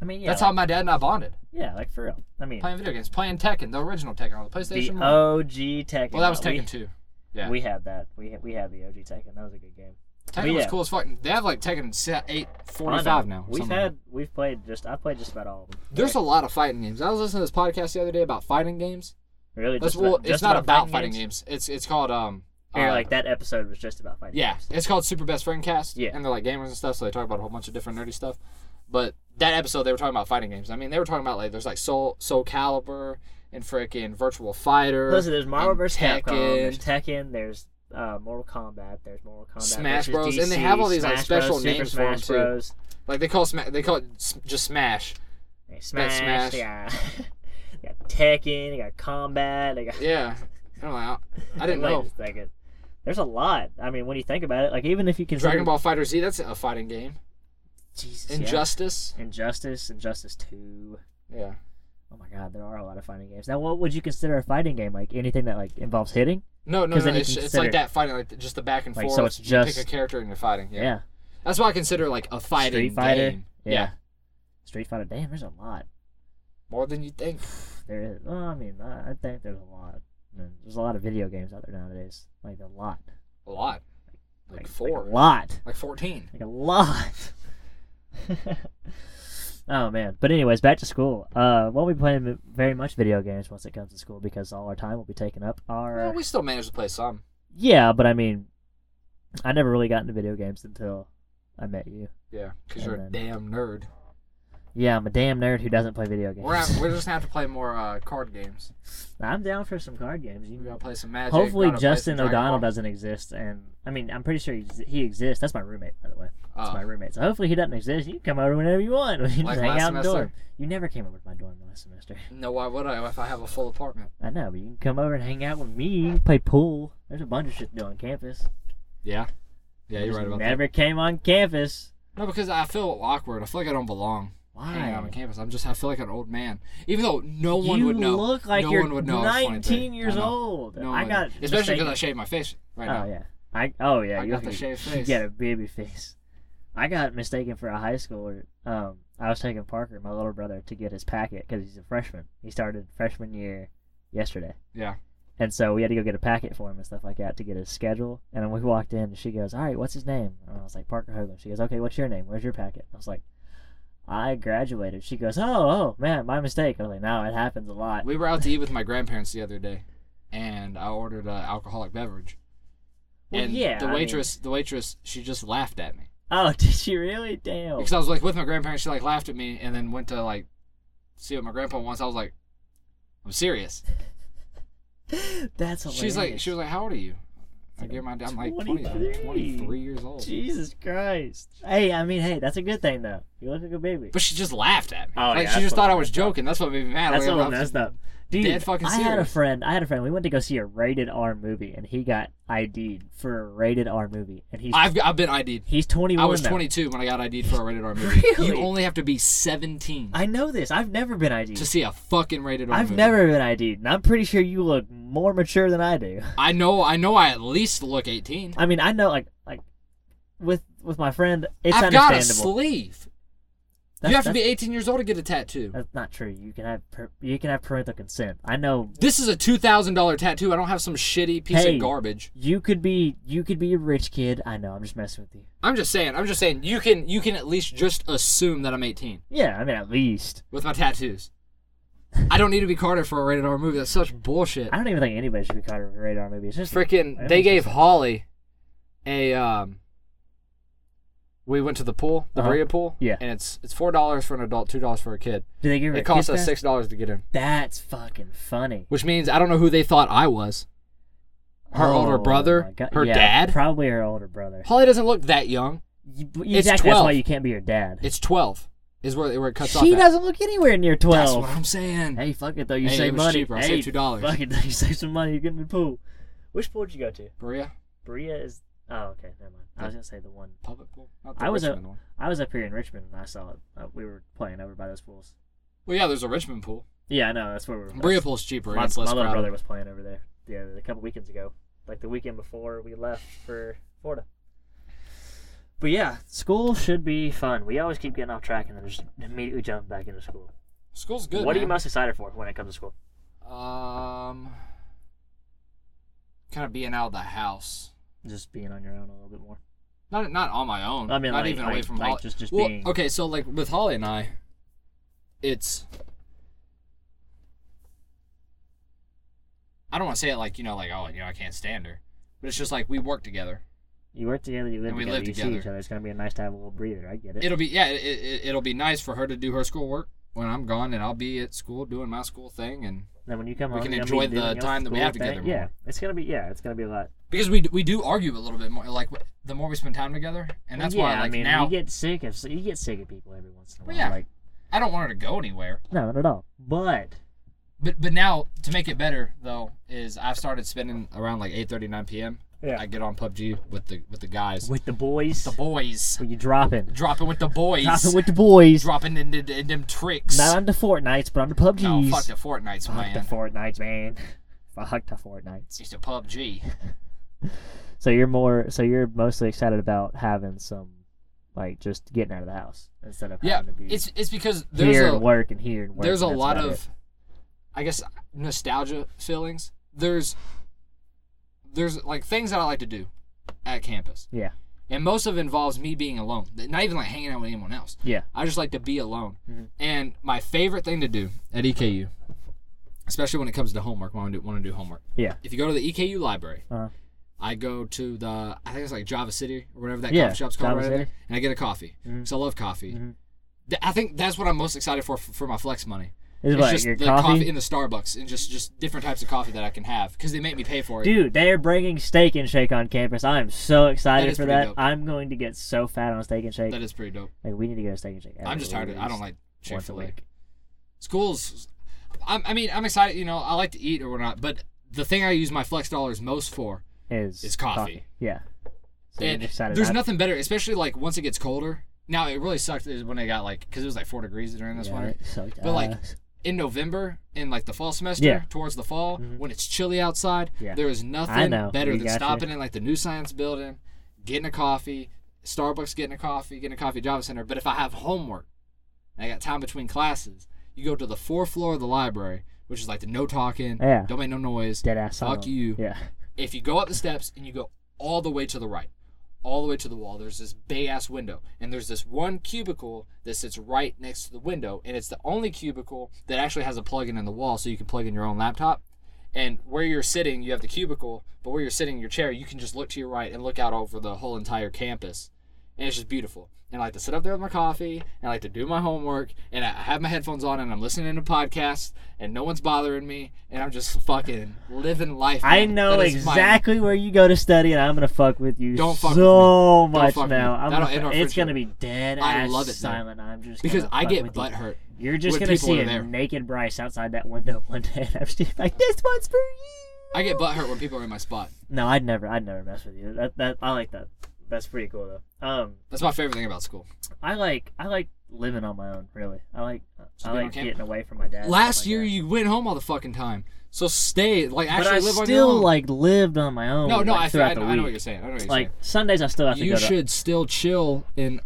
Speaker 2: I mean, yeah.
Speaker 1: That's how
Speaker 2: like,
Speaker 1: my dad and I bonded.
Speaker 2: Yeah, like for real. I mean,
Speaker 1: playing video games, playing Tekken, the original Tekken on the
Speaker 2: the
Speaker 1: PlayStation. 1.
Speaker 2: OG Tekken.
Speaker 1: well, that was
Speaker 2: we-
Speaker 1: Tekken 2. yeah.
Speaker 2: We had that. We had, we had the OG Tekken. That was a good game.
Speaker 1: Tekken
Speaker 2: but
Speaker 1: was
Speaker 2: yeah.
Speaker 1: cool as fuck. They have like Tekken se- 8,
Speaker 2: I
Speaker 1: 45
Speaker 2: know.
Speaker 1: now.
Speaker 2: We've
Speaker 1: something like
Speaker 2: had we've played just I played just about all of them.
Speaker 1: that. There's a lot of fighting games. I was listening to this podcast the other day about fighting games.
Speaker 2: Really,
Speaker 1: That's
Speaker 2: just
Speaker 1: well,
Speaker 2: about,
Speaker 1: it's
Speaker 2: just
Speaker 1: not about fighting,
Speaker 2: games.
Speaker 1: games. It's it's called um.
Speaker 2: Or
Speaker 1: uh,
Speaker 2: like that episode was just about fighting.
Speaker 1: Yeah,
Speaker 2: games.
Speaker 1: it's called Super Best Friend Cast.
Speaker 2: Yeah.
Speaker 1: And they're like gamers and stuff, so they talk about a whole bunch of different nerdy stuff. But that episode, they were talking about fighting games. I mean, they were talking about like there's like Soul Soul Calibur and freaking Virtual Fighter.
Speaker 2: Listen, there's Marvel
Speaker 1: and
Speaker 2: vs. Capcom, there's
Speaker 1: Tekken.
Speaker 2: Tekken, there's uh, Mortal Kombat, there's Mortal Kombat.
Speaker 1: Smash
Speaker 2: versus
Speaker 1: Bros,
Speaker 2: DC,
Speaker 1: and they have all these, like,
Speaker 2: Smash
Speaker 1: special
Speaker 2: Bros, Super
Speaker 1: names for them,
Speaker 2: Smash
Speaker 1: too.
Speaker 2: Bros.
Speaker 1: Like they call Sma- they call it s- just Smash.
Speaker 2: They Smash,
Speaker 1: Smash.
Speaker 2: Yeah. they got Tekken, they got Combat, they got.
Speaker 1: Yeah. I don't know. I didn't
Speaker 2: Wait
Speaker 1: know.
Speaker 2: a second. There's a lot. I mean, when you think about it, like even if you consider
Speaker 1: Dragon Ball Fighter Z, that's a fighting game.
Speaker 2: Jesus,
Speaker 1: Injustice.
Speaker 2: yeah. Injustice, Injustice Two.
Speaker 1: Yeah.
Speaker 2: Oh my God, there are a lot of fighting games. Now, what would you consider a fighting game? Like anything that like involves hitting?
Speaker 1: No, no,
Speaker 2: 'Cause
Speaker 1: no.
Speaker 2: then you
Speaker 1: It's, it's
Speaker 2: consider-
Speaker 1: like that fighting, like just the back and
Speaker 2: Like,
Speaker 1: forth.
Speaker 2: so it's
Speaker 1: You pick
Speaker 2: just-
Speaker 1: a character and you're fighting. Yeah.
Speaker 2: yeah.
Speaker 1: That's what I consider like a fighting
Speaker 2: Street Fighter.
Speaker 1: game.
Speaker 2: Yeah.
Speaker 1: Yeah.
Speaker 2: Street Fighter. Damn, there's a lot.
Speaker 1: More than you think.
Speaker 2: There is. Well, I mean, I I think there's a lot. I mean, there's a lot of video games out there nowadays. Like a lot.
Speaker 1: A lot. Like, four.
Speaker 2: a lot.
Speaker 1: like 14.
Speaker 2: Like a lot. oh man. But anyways, back to school. Uh, won't be playing m- very much video games once it comes to school because all our time will be taken up. Our
Speaker 1: Well, we still managed to play some.
Speaker 2: yeah, but I mean, I never really got into video games until I met you.
Speaker 1: Yeah, because
Speaker 2: And
Speaker 1: you're
Speaker 2: then-
Speaker 1: a damn nerd.
Speaker 2: Yeah, I'm a damn nerd who doesn't play video games.
Speaker 1: We're, at, we're just gonna have to play more uh, card games.
Speaker 2: I'm down for some card games. You
Speaker 1: We
Speaker 2: know.
Speaker 1: gotta play some Magic.
Speaker 2: Hopefully,
Speaker 1: gotta play some
Speaker 2: Justin
Speaker 1: Dragon
Speaker 2: O'Donnell
Speaker 1: Ball.
Speaker 2: doesn't exist, and I mean, I'm pretty sure he, ex- he exists. That's my roommate, by the way. That's
Speaker 1: Oh,
Speaker 2: my roommate. So hopefully, he doesn't exist. You can come over whenever you want. We can
Speaker 1: Like
Speaker 2: just hang
Speaker 1: last
Speaker 2: out in the
Speaker 1: semester?
Speaker 2: dorm. You never came over to my dorm last semester.
Speaker 1: no, why would I if I have a full apartment?
Speaker 2: I know, but you can come over and hang out with me. Play pool. There's a bunch of shit to do on campus.
Speaker 1: Yeah. Yeah,
Speaker 2: You
Speaker 1: you're
Speaker 2: just
Speaker 1: right about
Speaker 2: Never came on campus.
Speaker 1: that. No, because I feel awkward. I feel like I don't belong. hanging out
Speaker 2: Why?
Speaker 1: on campus. I'm just I feel like an old man. Even though no one
Speaker 2: you
Speaker 1: would know.
Speaker 2: look like
Speaker 1: no
Speaker 2: you're
Speaker 1: one would know I was
Speaker 2: 19
Speaker 1: 23.
Speaker 2: years
Speaker 1: I know.
Speaker 2: old.
Speaker 1: No
Speaker 2: I
Speaker 1: one-
Speaker 2: got
Speaker 1: especially because I
Speaker 2: mistaken-
Speaker 1: shaved my face right
Speaker 2: Oh
Speaker 1: now.
Speaker 2: yeah. I oh yeah.
Speaker 1: I
Speaker 2: you
Speaker 1: got the
Speaker 2: you-
Speaker 1: shaved
Speaker 2: You
Speaker 1: face.
Speaker 2: got a baby face. I got mistaken for a high schooler. Um, I was taking Parker, my little brother, to get his packet because he's a freshman. He started freshman year yesterday,
Speaker 1: Yeah.
Speaker 2: and so we had to go get a packet for him and stuff like that to get his schedule. And then we walked in, and she goes, "All right, what's his name?" And I was like, "Parker Hogan." She goes, "Okay, what's your name? Where's your packet?" I was like. I graduated. She goes, oh, oh, man, my mistake. I was like, no, it happens a lot.
Speaker 1: We were out to eat with my grandparents the other day, and I ordered an alcoholic beverage.
Speaker 2: Well,
Speaker 1: and
Speaker 2: yeah,
Speaker 1: the
Speaker 2: I mean-
Speaker 1: waitress, the waitress, she just laughed at me
Speaker 2: Oh, did she really? Damn.
Speaker 1: because I was like with my grandparents. She like laughed at me and then went to like see what my grandpa wants. I was like, I'm serious.
Speaker 2: That's hilarious.
Speaker 1: She's like, she was like, how old are you? I get my, I'm like 20,
Speaker 2: 23.
Speaker 1: 23 years old.
Speaker 2: Jesus Christ. Hey, I mean, hey, that's a good thing though. You look like a baby.
Speaker 1: But she just laughed at me.
Speaker 2: Oh,
Speaker 1: like
Speaker 2: yeah,
Speaker 1: she
Speaker 2: that's
Speaker 1: just
Speaker 2: what
Speaker 1: thought I
Speaker 2: I'm
Speaker 1: was joking. That's what made me mad.
Speaker 2: That's
Speaker 1: Like,
Speaker 2: what
Speaker 1: I was-
Speaker 2: messed up. Dude,
Speaker 1: dead fucking
Speaker 2: I had a
Speaker 1: serious.
Speaker 2: friend. I had a friend. We went to go see a rated R movie, and he got ID'd for a rated R movie, and he's
Speaker 1: I've I've been ID'd.
Speaker 2: he's 21.
Speaker 1: I was
Speaker 2: though.
Speaker 1: 22 when I got ID'd for a rated R movie.
Speaker 2: Really?
Speaker 1: You only have to be 17
Speaker 2: I know this. I've never been ID'd.
Speaker 1: to see a fucking rated R
Speaker 2: I've
Speaker 1: movie.
Speaker 2: never been ID'd, and I'm pretty sure you look more mature than I do.
Speaker 1: I know. I know. I at least look 18.
Speaker 2: I mean, I know like like with with my friend, it's
Speaker 1: I've got a
Speaker 2: understandable.
Speaker 1: sleeve.
Speaker 2: That's-
Speaker 1: you have to
Speaker 2: that's-
Speaker 1: be 18 years old to get a tattoo.
Speaker 2: That's not true. You can have per- you can have parental consent. I know
Speaker 1: This is a two thousand dollar tattoo. I don't have some shitty piece
Speaker 2: Hey.
Speaker 1: of garbage.
Speaker 2: you could be you could be a rich kid. I know. I'm just messing with you.
Speaker 1: I'm just saying. I'm just saying. You can you can at least just assume that I'm 18
Speaker 2: Yeah, I mean at least
Speaker 1: with my tattoos. I don't need to be Carter for a rated R movie. That's such bullshit.
Speaker 2: I don't even think anybody should be caught on radar. Maybe it's just I
Speaker 1: Freaking,
Speaker 2: don't
Speaker 1: they
Speaker 2: think
Speaker 1: gave
Speaker 2: so.
Speaker 1: Holly a um. We went to the pool, the
Speaker 2: Uh-huh.
Speaker 1: Brea pool.
Speaker 2: Yeah.
Speaker 1: And it's it's four dollars for an adult, two dollars for a kid.
Speaker 2: Do they give her a
Speaker 1: It costs
Speaker 2: kiss
Speaker 1: us
Speaker 2: back?
Speaker 1: six dollars to get in,
Speaker 2: That's fucking funny.
Speaker 1: which means I don't know who they thought I was. Her
Speaker 2: Oh
Speaker 1: older
Speaker 2: my
Speaker 1: brother,
Speaker 2: God.
Speaker 1: her
Speaker 2: Yeah,
Speaker 1: dad.
Speaker 2: probably her older brother.
Speaker 1: Holly doesn't look that young.
Speaker 2: You- Exactly.
Speaker 1: It's
Speaker 2: That's why
Speaker 1: 12.
Speaker 2: you can't be her dad.
Speaker 1: It's twelve. Is where where it cuts off.
Speaker 2: she
Speaker 1: at.
Speaker 2: doesn't look anywhere near
Speaker 1: That's
Speaker 2: twelve.
Speaker 1: what I'm saying.
Speaker 2: Hey, fuck it though. You
Speaker 1: Hey,
Speaker 2: save
Speaker 1: it was
Speaker 2: money.
Speaker 1: cheaper. I
Speaker 2: hey,
Speaker 1: saved $2.
Speaker 2: Fuck it though. You save some money. You get in the pool. Which pool did you go to?
Speaker 1: Berea
Speaker 2: Berea is. Oh, okay. Never mind. I was gonna say the one.
Speaker 1: public pool. Not
Speaker 2: I was a-
Speaker 1: Richmond one.
Speaker 2: I was up here in Richmond and I saw it. Uh, we were playing over by those pools.
Speaker 1: Well, yeah, there's a Richmond pool.
Speaker 2: Yeah, I know. That's where we were.
Speaker 1: Berea pool's cheaper.
Speaker 2: my,
Speaker 1: and it's
Speaker 2: my
Speaker 1: less
Speaker 2: little
Speaker 1: crowded.
Speaker 2: brother was playing over there the other, a couple weekends ago, like the weekend before we left for Florida. But yeah, school should be fun. We always keep getting off track and then just immediately jump back into school.
Speaker 1: School's good.
Speaker 2: what are you
Speaker 1: man.
Speaker 2: most excited for when it comes to school?
Speaker 1: Um, kind of being out of the house.
Speaker 2: Just being on your own a little bit more.
Speaker 1: Not not on my own.
Speaker 2: I mean,
Speaker 1: not
Speaker 2: like-
Speaker 1: even away
Speaker 2: like-
Speaker 1: from
Speaker 2: like
Speaker 1: Holly.
Speaker 2: just- just
Speaker 1: well,
Speaker 2: being-
Speaker 1: okay. So like with Holly and I, it's. I don't want to say it like you know, like oh, you know, I can't stand her, but it's just like we work together.
Speaker 2: You work together, you live
Speaker 1: And we
Speaker 2: together,
Speaker 1: live
Speaker 2: you see
Speaker 1: together.
Speaker 2: each other. It's gonna be nice to have a little breather. I get it.
Speaker 1: It'll be yeah. It, it, it'll be nice for her to do her schoolwork when I'm gone, and I'll be at school doing my school thing, and
Speaker 2: then when you come
Speaker 1: we
Speaker 2: home,
Speaker 1: can
Speaker 2: you're gonna
Speaker 1: enjoy
Speaker 2: be
Speaker 1: the
Speaker 2: doing your
Speaker 1: time that we
Speaker 2: school
Speaker 1: have together
Speaker 2: thing. Yeah,
Speaker 1: more.
Speaker 2: it's gonna be yeah, it's gonna be a lot.
Speaker 1: because we d- we do argue a little bit more. Like the more we spend time together, and that's
Speaker 2: yeah,
Speaker 1: why like
Speaker 2: I mean,
Speaker 1: now
Speaker 2: you get sick of you get sick of people every once in a
Speaker 1: Well,
Speaker 2: while.
Speaker 1: yeah.
Speaker 2: Like
Speaker 1: I don't want her to go anywhere.
Speaker 2: no, not at all. But
Speaker 1: But but now to make it better though is I've started spending around like 8:30 9 p.m.
Speaker 2: Yeah.
Speaker 1: I get on PUBG with the with the guys,
Speaker 2: with the boys,
Speaker 1: the boys,
Speaker 2: when you dropping,
Speaker 1: dropping with the boys,
Speaker 2: dropping with the boys.
Speaker 1: dropping in, the- in them tricks.
Speaker 2: Not on the Fortnites, but on the PUBGs.
Speaker 1: no, fuck the Fortnites,
Speaker 2: Fuck
Speaker 1: man.
Speaker 2: the Fortnites, man. Fuck the Fortnites.
Speaker 1: it's the PUBG.
Speaker 2: So you're more, so you're mostly excited about having some, like, just getting out of the house instead of
Speaker 1: Yeah,
Speaker 2: having to be
Speaker 1: it's it's because there's
Speaker 2: here
Speaker 1: a
Speaker 2: and work and here and work.
Speaker 1: there's a
Speaker 2: and that's
Speaker 1: lot
Speaker 2: about
Speaker 1: of
Speaker 2: it.
Speaker 1: i guess nostalgia feelings there's there's like things that i like to do at campus
Speaker 2: yeah,
Speaker 1: and most of it involves me being alone not even like hanging out with anyone else
Speaker 2: yeah.
Speaker 1: i just like to be alone
Speaker 2: Mhm.
Speaker 1: and my favorite thing to do at eku especially when it comes to homework when i do, want to do homework
Speaker 2: Yeah.
Speaker 1: if you go to the eku library
Speaker 2: Uh-huh.
Speaker 1: i go to the i think it's like java city or whatever that
Speaker 2: Yeah,
Speaker 1: coffee shop's called
Speaker 2: Java
Speaker 1: right over there
Speaker 2: City.
Speaker 1: and i get a coffee
Speaker 2: Mhm.
Speaker 1: because i love coffee
Speaker 2: Mhm.
Speaker 1: Th- i think that's what i'm most excited for for, for my flex money
Speaker 2: It's,
Speaker 1: it's
Speaker 2: like
Speaker 1: just
Speaker 2: your
Speaker 1: the coffee? in the Starbucks and just just different types of coffee that I can have because they make me pay for it.
Speaker 2: Dude, they are bringing Steak and Shake on campus. I am so excited
Speaker 1: is
Speaker 2: for
Speaker 1: pretty
Speaker 2: that.
Speaker 1: dope.
Speaker 2: I'm going to get so fat on Steak and Shake.
Speaker 1: That is pretty dope.
Speaker 2: Like, we need to go to Steak and Shake.
Speaker 1: I'm
Speaker 2: every
Speaker 1: just tired of. I
Speaker 2: least
Speaker 1: don't like Chick
Speaker 2: once a
Speaker 1: Fil A.
Speaker 2: week.
Speaker 1: Schools. I'm, I mean, I'm excited. You know, I like to eat or whatnot, but the thing I use my flex dollars most for,
Speaker 2: Is
Speaker 1: It's coffee.
Speaker 2: Yeah. So you're
Speaker 1: and
Speaker 2: excited
Speaker 1: there's
Speaker 2: about-
Speaker 1: nothing better, especially like once it gets colder. Now it really sucked is when it got like because it was like four degrees during this
Speaker 2: Yeah, uh,
Speaker 1: winter.
Speaker 2: it sucked
Speaker 1: But, like,
Speaker 2: ass.
Speaker 1: In November, in like the fall semester,
Speaker 2: Yeah.
Speaker 1: towards the fall,
Speaker 2: Mhm.
Speaker 1: when it's chilly outside,
Speaker 2: Yeah.
Speaker 1: there is nothing
Speaker 2: I know.
Speaker 1: better
Speaker 2: We
Speaker 1: than
Speaker 2: got you.
Speaker 1: stopping in like the new science building, getting a coffee, Starbucks getting a coffee, getting a coffee at Java Center. But if I have homework and I got time between classes, you go to the fourth floor of the library, which is like the no talking,
Speaker 2: Yeah.
Speaker 1: don't make no noise.
Speaker 2: dead ass.
Speaker 1: fuck
Speaker 2: silent.
Speaker 1: you.
Speaker 2: Yeah.
Speaker 1: If you go up the steps and you go all the way to the right, all the way to the wall, there's this big ass window. And there's this one cubicle that sits right next to the window. And it's the only cubicle that actually has a plug in in the wall so you can plug in your own laptop. And where you're sitting, you have the cubicle, but where you're sitting in your chair, you can just look to your right and look out over the whole entire campus. and it's just beautiful. And I like to sit up there with my coffee, and I like to do my homework, and I have my headphones on, and I'm listening to podcasts, and no one's bothering me, and I'm just fucking living life.
Speaker 2: I
Speaker 1: man.
Speaker 2: know
Speaker 1: That is my-
Speaker 2: exactly where you go to study, and I'm gonna fuck with you
Speaker 1: Don't fuck with
Speaker 2: so
Speaker 1: me. Don't
Speaker 2: much
Speaker 1: fuck with me.
Speaker 2: now. I'm
Speaker 1: That'll
Speaker 2: gonna-
Speaker 1: end our
Speaker 2: it's gonna be
Speaker 1: friendship.
Speaker 2: dead
Speaker 1: I
Speaker 2: ass
Speaker 1: love it, though.
Speaker 2: silent. I'm just
Speaker 1: because
Speaker 2: gonna
Speaker 1: I
Speaker 2: fuck
Speaker 1: get
Speaker 2: with
Speaker 1: butthurt.
Speaker 2: you. You're just
Speaker 1: when
Speaker 2: gonna
Speaker 1: people
Speaker 2: see
Speaker 1: are
Speaker 2: a
Speaker 1: there.
Speaker 2: naked Bryce outside that window one day, and I'm just like, "This one's for you."
Speaker 1: I get butthurt when people are in my spot.
Speaker 2: No, I'd never, I'd never mess with you. That, that I like that. That's pretty cool though. Um,
Speaker 1: That's my favorite thing about school.
Speaker 2: I like, I like living on my own. Really, I like, I
Speaker 1: being on
Speaker 2: like
Speaker 1: campus.
Speaker 2: getting away from my dad. and stuff
Speaker 1: Last
Speaker 2: like
Speaker 1: year
Speaker 2: that.
Speaker 1: you went home all the fucking time, so stay like
Speaker 2: but
Speaker 1: actually
Speaker 2: I
Speaker 1: live on your
Speaker 2: still
Speaker 1: own.
Speaker 2: like lived on my own.
Speaker 1: no, no,
Speaker 2: like,
Speaker 1: I, feel,
Speaker 2: throughout
Speaker 1: I,
Speaker 2: the
Speaker 1: know,
Speaker 2: week.
Speaker 1: I know what you're saying. I know what you're
Speaker 2: like Sundays, I still have to
Speaker 1: saying. You
Speaker 2: go to
Speaker 1: should still chill in.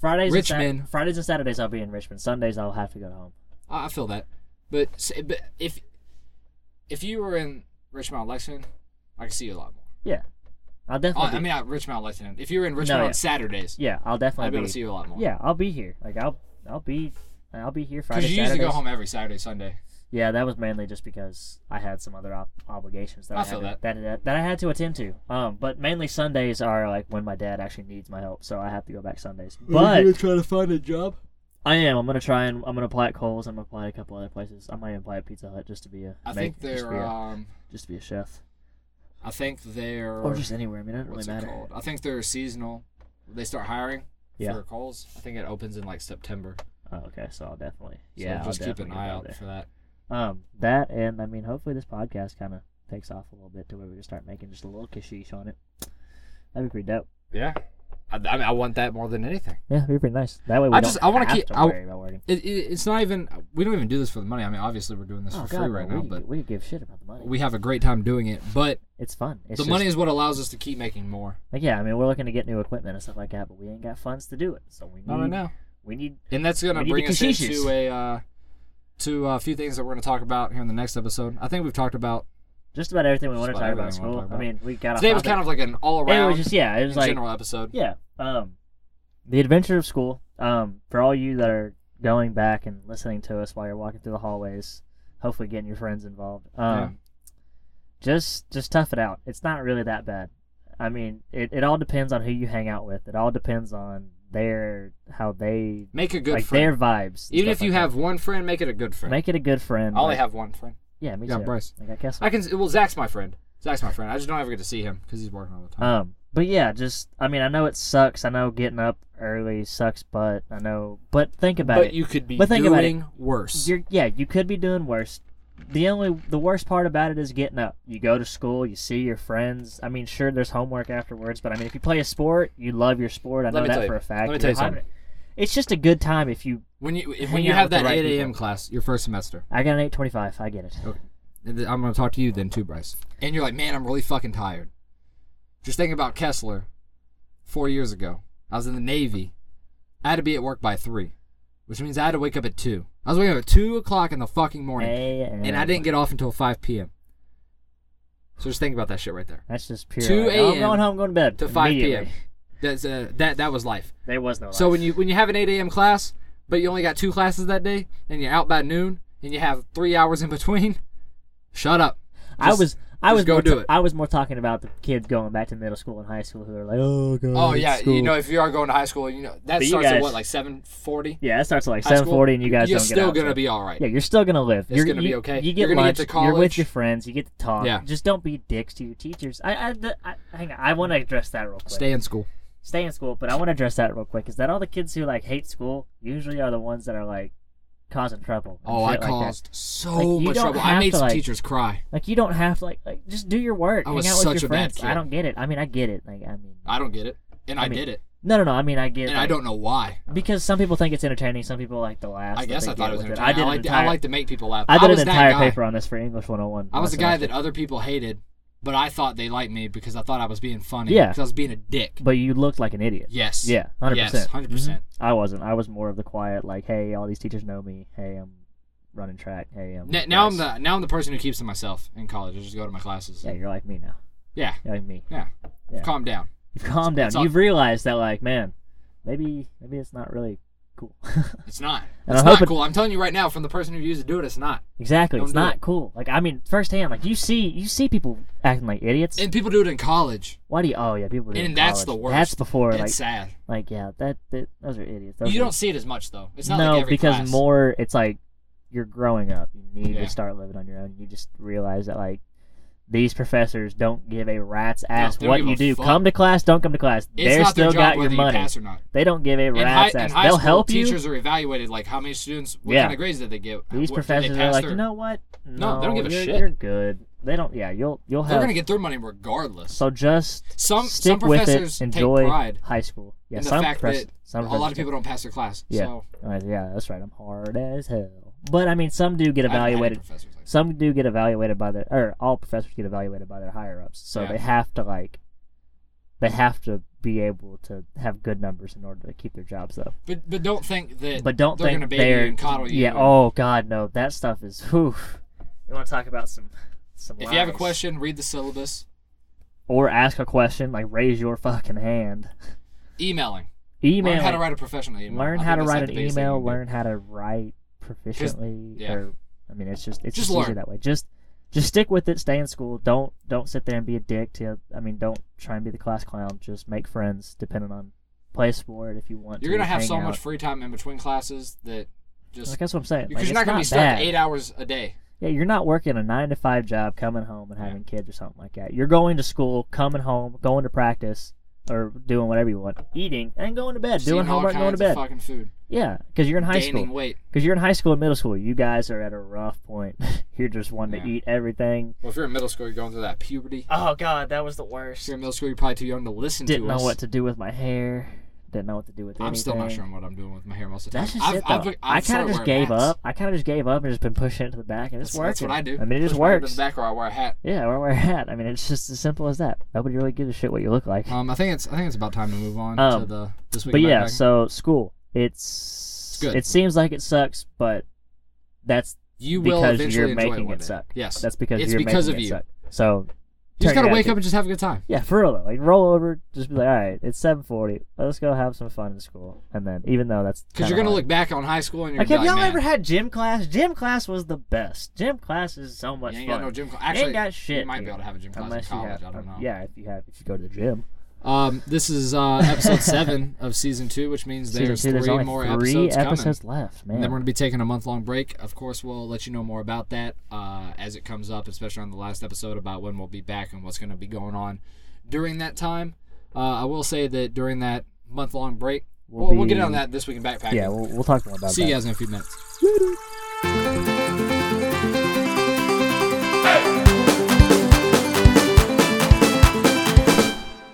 Speaker 2: Fridays. and Sat-
Speaker 1: Richmond.
Speaker 2: Fridays and Saturdays, I'll be in Richmond. Sundays, I'll have to go home.
Speaker 1: I I feel that, but, s- but if if you were in Richmond, Lexington, I could see you a lot more.
Speaker 2: Yeah, I'll
Speaker 1: Oh,
Speaker 2: definitely.
Speaker 1: I
Speaker 2: be-
Speaker 1: mean, not Richmond, Lexington. If you were in Richmond
Speaker 2: yeah.
Speaker 1: on Saturdays,
Speaker 2: yeah, I'll definitely.
Speaker 1: I'd be
Speaker 2: be
Speaker 1: able to see you a lot more.
Speaker 2: Yeah, I'll be here. Like I'll, I'll be, I'll be here Friday.
Speaker 1: because you usually go
Speaker 2: Saturdays.
Speaker 1: home every Saturday, Sunday.
Speaker 2: Yeah, that was mainly just because I had some other ob- obligations that
Speaker 1: I
Speaker 2: I,
Speaker 1: feel
Speaker 2: had to, that. that that I had to attend to. Um, but mainly Sundays are like when my dad actually needs my help, so I have to go back Sundays. But
Speaker 1: trying to find a job.
Speaker 2: I am. I'm gonna try and I'm gonna apply at Cole's. I'm gonna apply at a couple other places. I might even apply at Pizza Hut just to be a
Speaker 1: I
Speaker 2: make-
Speaker 1: think
Speaker 2: just to be
Speaker 1: they're.
Speaker 2: a,
Speaker 1: Um,
Speaker 2: just to be a chef
Speaker 1: I think they're.
Speaker 2: or just anywhere. I mean, it doesn't really
Speaker 1: what's
Speaker 2: matter.
Speaker 1: it called? I think they're seasonal. They start hiring
Speaker 2: Yeah.
Speaker 1: for calls. I think it opens in like September.
Speaker 2: Oh, okay, so I'll definitely
Speaker 1: So
Speaker 2: yeah. I'll
Speaker 1: just keep an
Speaker 2: definitely
Speaker 1: eye
Speaker 2: go
Speaker 1: out
Speaker 2: there.
Speaker 1: for that.
Speaker 2: Um, that and I mean, hopefully this podcast kind of takes off a little bit to where we can start making just a little cashish on it. That'd be pretty dope.
Speaker 1: Yeah, I, I mean, I want that more than anything.
Speaker 2: Yeah, it'd be pretty nice. That way we
Speaker 1: I
Speaker 2: don't
Speaker 1: just- I wanna
Speaker 2: have
Speaker 1: keep-
Speaker 2: to
Speaker 1: I-
Speaker 2: worry about working.
Speaker 1: It, it, it's not even. We don't even do this for the money. I mean, obviously, we're doing this
Speaker 2: Oh
Speaker 1: for
Speaker 2: god,
Speaker 1: free
Speaker 2: no,
Speaker 1: right
Speaker 2: we,
Speaker 1: now, but
Speaker 2: we could give shit about the money.
Speaker 1: we have a great time doing it. But
Speaker 2: it's fun. It's
Speaker 1: the
Speaker 2: just-
Speaker 1: money is what allows us to keep making more.
Speaker 2: like yeah. I mean, we're looking to get new equipment and stuff like that, but we ain't got funds to do it. So we need.
Speaker 1: Not right now,
Speaker 2: We need.
Speaker 1: and that's gonna
Speaker 2: Mm. We need
Speaker 1: bring
Speaker 2: the
Speaker 1: us
Speaker 2: kashishas.
Speaker 1: into a uh, to a few things that we're gonna talk about here in the next episode. I think we've talked about
Speaker 2: Just about everything we want to
Speaker 1: about
Speaker 2: talk
Speaker 1: everything we
Speaker 2: about
Speaker 1: wanna
Speaker 2: school.
Speaker 1: talk about.
Speaker 2: I mean, we got.
Speaker 1: today
Speaker 2: off
Speaker 1: was
Speaker 2: topic.
Speaker 1: kind of like an all
Speaker 2: It
Speaker 1: around
Speaker 2: was just yeah. It was like
Speaker 1: general episode.
Speaker 2: yeah. Um, the adventure of school. Um, for all you that are going back and listening to us while you're walking through the hallways, hopefully getting your friends involved. Um,
Speaker 1: Yeah.
Speaker 2: just just tough it out. It's not really that bad. I mean, it, it all depends on who you hang out with. It all depends on their how they
Speaker 1: Make a good
Speaker 2: like
Speaker 1: friend.
Speaker 2: their vibes. and
Speaker 1: Even if
Speaker 2: stuff
Speaker 1: you
Speaker 2: like that.
Speaker 1: have one friend, make it a good friend.
Speaker 2: make it a good friend.
Speaker 1: I only
Speaker 2: like-
Speaker 1: have one friend.
Speaker 2: yeah, me
Speaker 1: yeah,
Speaker 2: too.
Speaker 1: Bryce.
Speaker 2: Like I guess
Speaker 1: I can. Well, Zach's my friend. Zach's my friend. I just don't ever get to see him because he's working all the time.
Speaker 2: Um, but yeah, just I mean, I know it sucks. I know getting up early sucks, but I know. But think about
Speaker 1: but
Speaker 2: it.
Speaker 1: you could be
Speaker 2: But think about it.
Speaker 1: doing worse.
Speaker 2: You're yeah, you could be doing worse. The only the worst part about it is getting up. You go to school, you see your friends. I mean, sure, there's homework afterwards, but I mean, if you play a sport, you love your sport. I
Speaker 1: Let
Speaker 2: know
Speaker 1: me
Speaker 2: that
Speaker 1: tell you-
Speaker 2: for a fact.
Speaker 1: let me tell you
Speaker 2: You're having
Speaker 1: something.
Speaker 2: it- It's just a good time if you.
Speaker 1: When you if, when
Speaker 2: Hang
Speaker 1: you
Speaker 2: out
Speaker 1: have
Speaker 2: with the
Speaker 1: that
Speaker 2: right
Speaker 1: 8 a.m.
Speaker 2: people.
Speaker 1: class, your first semester,
Speaker 2: I got an eight twenty five. I get it.
Speaker 1: and th- I'm gonna talk to you then too, Bryce. And you're like, man, I'm really fucking tired. Just thinking about Kessler, four years ago, I was in the Navy. I had to be at work by three, which means I had to wake up at two. I was waking up at two o'clock in the fucking morning,
Speaker 2: A.M.
Speaker 1: and I didn't get off until 5 p.m. So just think about that shit right there.
Speaker 2: That's just pure.
Speaker 1: 2
Speaker 2: like, oh, I'm
Speaker 1: a.m.
Speaker 2: going home, going to bed
Speaker 1: To 5 p.m.
Speaker 2: immediately. Oh,
Speaker 1: That's uh, that that was life.
Speaker 2: There was no.
Speaker 1: So
Speaker 2: life.
Speaker 1: when you when you have an 8 a.m. class, but you only got two classes that day, and you're out by noon, and you have three hours in between, shut up.
Speaker 2: I
Speaker 1: Just-
Speaker 2: was I
Speaker 1: just
Speaker 2: was
Speaker 1: go
Speaker 2: more
Speaker 1: do
Speaker 2: ta-
Speaker 1: it.
Speaker 2: I was more talking about the kids going back to middle school and high school who are like, oh god.
Speaker 1: Oh yeah,
Speaker 2: school."
Speaker 1: you know if you are going to high school, you know that
Speaker 2: But you
Speaker 1: starts at
Speaker 2: guys-
Speaker 1: what like 7:40.
Speaker 2: Yeah, it starts at like
Speaker 1: High school,
Speaker 2: seven forty, and you guys
Speaker 1: you're
Speaker 2: don't
Speaker 1: still
Speaker 2: get out
Speaker 1: gonna
Speaker 2: till-
Speaker 1: be all right.
Speaker 2: Yeah, you're still gonna live.
Speaker 1: It's
Speaker 2: you're
Speaker 1: gonna be
Speaker 2: you-
Speaker 1: okay.
Speaker 2: You get
Speaker 1: You're gonna
Speaker 2: lunch.
Speaker 1: get to
Speaker 2: You're
Speaker 1: college.
Speaker 2: with your friends. You get to talk.
Speaker 1: Yeah.
Speaker 2: Just don't be dicks to your teachers. I I, th- I hang on. I want to address that real quick.
Speaker 1: Stay in school.
Speaker 2: Stay in school, but I want to address that real quick. Is that all the kids who like hate school usually are the ones that are like causing trouble? and
Speaker 1: Oh, I
Speaker 2: shit like that.
Speaker 1: caused so
Speaker 2: Like, you
Speaker 1: much
Speaker 2: don't
Speaker 1: trouble. I
Speaker 2: have
Speaker 1: made
Speaker 2: to,
Speaker 1: some
Speaker 2: like-
Speaker 1: teachers cry.
Speaker 2: Like you don't have to like like just do your work.
Speaker 1: I
Speaker 2: hang
Speaker 1: was
Speaker 2: out with
Speaker 1: such
Speaker 2: your
Speaker 1: a bad
Speaker 2: friends.
Speaker 1: kid.
Speaker 2: I don't get it. I mean, I get it. Like I mean,
Speaker 1: I don't get it, and I,
Speaker 2: I mean,
Speaker 1: did it,
Speaker 2: no, no, no. I mean, I get.
Speaker 1: and
Speaker 2: like,
Speaker 1: I don't know why.
Speaker 2: Because some people think it's entertaining, some people like the laughs.
Speaker 1: I
Speaker 2: that
Speaker 1: guess
Speaker 2: they
Speaker 1: I thought
Speaker 2: get
Speaker 1: it was
Speaker 2: with
Speaker 1: entertaining.
Speaker 2: I did
Speaker 1: I,
Speaker 2: an
Speaker 1: like to,
Speaker 2: entire-
Speaker 1: I like to make people laugh.
Speaker 2: I did
Speaker 1: was
Speaker 2: an
Speaker 1: that
Speaker 2: entire
Speaker 1: guy.
Speaker 2: paper on this for English 101.
Speaker 1: I was
Speaker 2: last
Speaker 1: the guy
Speaker 2: semester.
Speaker 1: that other people hated, but I thought they liked me because I thought I was being funny.
Speaker 2: Yeah.
Speaker 1: Because I was being a dick.
Speaker 2: But you looked like an idiot.
Speaker 1: Yes.
Speaker 2: Yeah, Mm-hmm. 100%.
Speaker 1: Yes, Mm-hmm. 100%.
Speaker 2: I wasn't. I was more of the quiet, like, hey, all these teachers know me. Hey, I'm running track. Hey, I'm.
Speaker 1: N- now I'm
Speaker 2: this.
Speaker 1: the now I'm the person who keeps to myself in college. I just go to my classes.
Speaker 2: Yeah, you're like me now.
Speaker 1: Yeah.
Speaker 2: You're like me.
Speaker 1: Yeah.
Speaker 2: Yeah.
Speaker 1: Calm down.
Speaker 2: You've calmed down.
Speaker 1: It's all-
Speaker 2: You've realized that, like, man, maybe maybe it's not really cool.
Speaker 1: It's not.
Speaker 2: And
Speaker 1: It's
Speaker 2: I
Speaker 1: not
Speaker 2: hope it-
Speaker 1: cool. I'm telling you right now, from the person who used to do it, it's not.
Speaker 2: exactly.
Speaker 1: Don't
Speaker 2: it's
Speaker 1: do
Speaker 2: not
Speaker 1: it.
Speaker 2: cool. Like I mean, firsthand, like you see, you see people acting like idiots.
Speaker 1: And people do it in college.
Speaker 2: Why do you? Oh yeah, people. Do it in
Speaker 1: And that's
Speaker 2: college.
Speaker 1: the worst.
Speaker 2: That's before
Speaker 1: it's
Speaker 2: like
Speaker 1: sad.
Speaker 2: like yeah, that, that those are idiots. Those
Speaker 1: You
Speaker 2: are-
Speaker 1: don't see it as much though. It's not
Speaker 2: no,
Speaker 1: like every
Speaker 2: because
Speaker 1: class.
Speaker 2: more it's like you're growing up. You need
Speaker 1: Yeah.
Speaker 2: to start living on your own. You just realize that like these professors don't give a rat's ass
Speaker 1: they don't
Speaker 2: what
Speaker 1: give
Speaker 2: you
Speaker 1: a
Speaker 2: do.
Speaker 1: fuck.
Speaker 2: Come to class, don't come to class.
Speaker 1: It's
Speaker 2: They're
Speaker 1: not their
Speaker 2: still
Speaker 1: job
Speaker 2: got your
Speaker 1: whether
Speaker 2: money.
Speaker 1: you pass or not.
Speaker 2: They don't give a
Speaker 1: In high,
Speaker 2: rat's
Speaker 1: in
Speaker 2: ass.
Speaker 1: high
Speaker 2: They'll
Speaker 1: school,
Speaker 2: help you.
Speaker 1: teachers are evaluated like how many students, what
Speaker 2: Yeah.
Speaker 1: kind of grades did they get?
Speaker 2: These
Speaker 1: what, did they
Speaker 2: professors are
Speaker 1: pass
Speaker 2: like,
Speaker 1: their,
Speaker 2: you know what? No,
Speaker 1: No, they don't give a
Speaker 2: you're,
Speaker 1: shit.
Speaker 2: You're good. They don't. Yeah, you'll you'll
Speaker 1: they're
Speaker 2: have.
Speaker 1: gonna get their money regardless.
Speaker 2: so just
Speaker 1: Some- some
Speaker 2: stick
Speaker 1: professors
Speaker 2: with it.
Speaker 1: take
Speaker 2: Enjoy
Speaker 1: pride
Speaker 2: high school. Yeah,
Speaker 1: in the
Speaker 2: some
Speaker 1: fact
Speaker 2: profess-
Speaker 1: that
Speaker 2: some
Speaker 1: a lot of
Speaker 2: professors-
Speaker 1: people don't pass their class.
Speaker 2: Yeah.
Speaker 1: So
Speaker 2: I'm like, yeah, that's right. I'm hard as hell. But I mean, some do get
Speaker 1: I've had
Speaker 2: evaluated.
Speaker 1: professors like that.
Speaker 2: Some do get evaluated by their, or all professors get evaluated by their higher ups. So
Speaker 1: Yeah.
Speaker 2: they have to like, they have to be able to have good numbers in order to keep their jobs though.
Speaker 1: But but don't think that.
Speaker 2: But don't
Speaker 1: they're
Speaker 2: think
Speaker 1: gonna baby
Speaker 2: they're,
Speaker 1: you and coddle you.
Speaker 2: yeah.
Speaker 1: and-
Speaker 2: Oh God, no, that stuff is. Whew. You want to talk about some, some.
Speaker 1: If you have a
Speaker 2: lies.
Speaker 1: question, read the syllabus.
Speaker 2: or ask a question, like raise your fucking hand.
Speaker 1: Emailing.
Speaker 2: Email.
Speaker 1: Learn how to write a professional email.
Speaker 2: learn
Speaker 1: I
Speaker 2: how
Speaker 1: think
Speaker 2: to
Speaker 1: that's, like,
Speaker 2: write
Speaker 1: the
Speaker 2: an
Speaker 1: biggest thing
Speaker 2: email
Speaker 1: you can do.
Speaker 2: learn how to write proficiently
Speaker 1: yeah.
Speaker 2: or i mean it's just it's
Speaker 1: Just
Speaker 2: just,
Speaker 1: learn.
Speaker 2: easier that way just just stick with it stay in school don't don't sit there and be a dick to i mean don't try and be the class clown just make friends depending on play sport if you want
Speaker 1: You're
Speaker 2: to
Speaker 1: gonna have
Speaker 2: hang
Speaker 1: so
Speaker 2: out.
Speaker 1: much free time in between classes that just
Speaker 2: like that's what i'm saying
Speaker 1: because
Speaker 2: like,
Speaker 1: you're not
Speaker 2: it's
Speaker 1: gonna be stuck
Speaker 2: bad.
Speaker 1: eight hours a day.
Speaker 2: yeah you're not working a nine to five job coming home and
Speaker 1: Yeah.
Speaker 2: having kids or something like that you're going to school coming home going to practice or doing whatever you want eating and going to bed
Speaker 1: Just
Speaker 2: doing
Speaker 1: eating all
Speaker 2: homework
Speaker 1: kinds
Speaker 2: going to
Speaker 1: of
Speaker 2: bed
Speaker 1: Fucking food.
Speaker 2: yeah because you're in high
Speaker 1: gaining
Speaker 2: school
Speaker 1: weight.
Speaker 2: Because you're in high school and middle school, you guys are at a rough point. you're just wanting to
Speaker 1: Yeah.
Speaker 2: eat everything.
Speaker 1: Well, if you're in middle school, you're going through that puberty.
Speaker 2: Oh God, that was the
Speaker 1: If
Speaker 2: worst.
Speaker 1: you're in middle school, you're probably too young to listen
Speaker 2: Didn't
Speaker 1: to
Speaker 2: know
Speaker 1: us.
Speaker 2: what to do with my hair. Didn't know what to do with
Speaker 1: I'm
Speaker 2: anything.
Speaker 1: still not sure on what I'm doing with my hair most of the time.
Speaker 2: That's just
Speaker 1: I've,
Speaker 2: it though.
Speaker 1: I've, I've
Speaker 2: I kind
Speaker 1: started
Speaker 2: of just
Speaker 1: wearing
Speaker 2: gave
Speaker 1: hats.
Speaker 2: up. I kind of just gave up and just been pushing it to the back, and it's
Speaker 1: That's,
Speaker 2: working.
Speaker 1: that's what I do.
Speaker 2: I mean, it
Speaker 1: Push
Speaker 2: just
Speaker 1: my hair to
Speaker 2: works.
Speaker 1: the back or I wear a hat.
Speaker 2: Yeah, or wear a hat. I mean, it's just as simple as that. Nobody really gives a shit what you look like.
Speaker 1: Um, I think it's I think it's about time to move on to
Speaker 2: Um,
Speaker 1: the this week.
Speaker 2: but
Speaker 1: in
Speaker 2: yeah,
Speaker 1: backpacking.
Speaker 2: so school. It's,
Speaker 1: good.
Speaker 2: It seems like it sucks, but that's
Speaker 1: you will
Speaker 2: because
Speaker 1: eventually
Speaker 2: you're
Speaker 1: enjoy it
Speaker 2: making
Speaker 1: one
Speaker 2: it
Speaker 1: day.
Speaker 2: suck.
Speaker 1: Yes,
Speaker 2: That's because
Speaker 1: It's
Speaker 2: you're
Speaker 1: because
Speaker 2: making
Speaker 1: of
Speaker 2: it
Speaker 1: you.
Speaker 2: suck. So
Speaker 1: you just
Speaker 2: turn
Speaker 1: gotta
Speaker 2: your
Speaker 1: wake
Speaker 2: attitude.
Speaker 1: up and just have a good time.
Speaker 2: Yeah, for real though. Like roll over, just be like, all right, it's seven forty. Let's go have some fun in school. And then, even though that's
Speaker 1: Because you're gonna
Speaker 2: kinda hard.
Speaker 1: look back on high school and you're
Speaker 2: Like, have
Speaker 1: gonna be
Speaker 2: y'all
Speaker 1: like,
Speaker 2: ever had gym class? Gym class was the best. Gym class is so much
Speaker 1: you ain't
Speaker 2: fun.
Speaker 1: got no gym class.
Speaker 2: You
Speaker 1: Actually,
Speaker 2: ain't got shit.
Speaker 1: you might be
Speaker 2: dude.
Speaker 1: able to have a gym class
Speaker 2: Unless
Speaker 1: in college.
Speaker 2: You have,
Speaker 1: I don't know.
Speaker 2: Yeah, if you have, if you go to the gym.
Speaker 1: Um, this is uh, episode seven of season two, which means
Speaker 2: Season
Speaker 1: there's
Speaker 2: two,
Speaker 1: three
Speaker 2: there's only
Speaker 1: more
Speaker 2: three
Speaker 1: episodes, coming.
Speaker 2: episodes left, man.
Speaker 1: And then we're gonna be taking a month long break. Of course, we'll let you know more about that uh, as it comes up, especially on the last episode about when we'll be back and what's gonna be going on during that time. Uh, I will say that during that month long break, we'll,
Speaker 2: We'll
Speaker 1: we'll get
Speaker 2: be-
Speaker 1: on that this week in backpacking.
Speaker 2: yeah, we'll, we'll talk more about
Speaker 1: See
Speaker 2: that.
Speaker 1: you guys in a few minutes.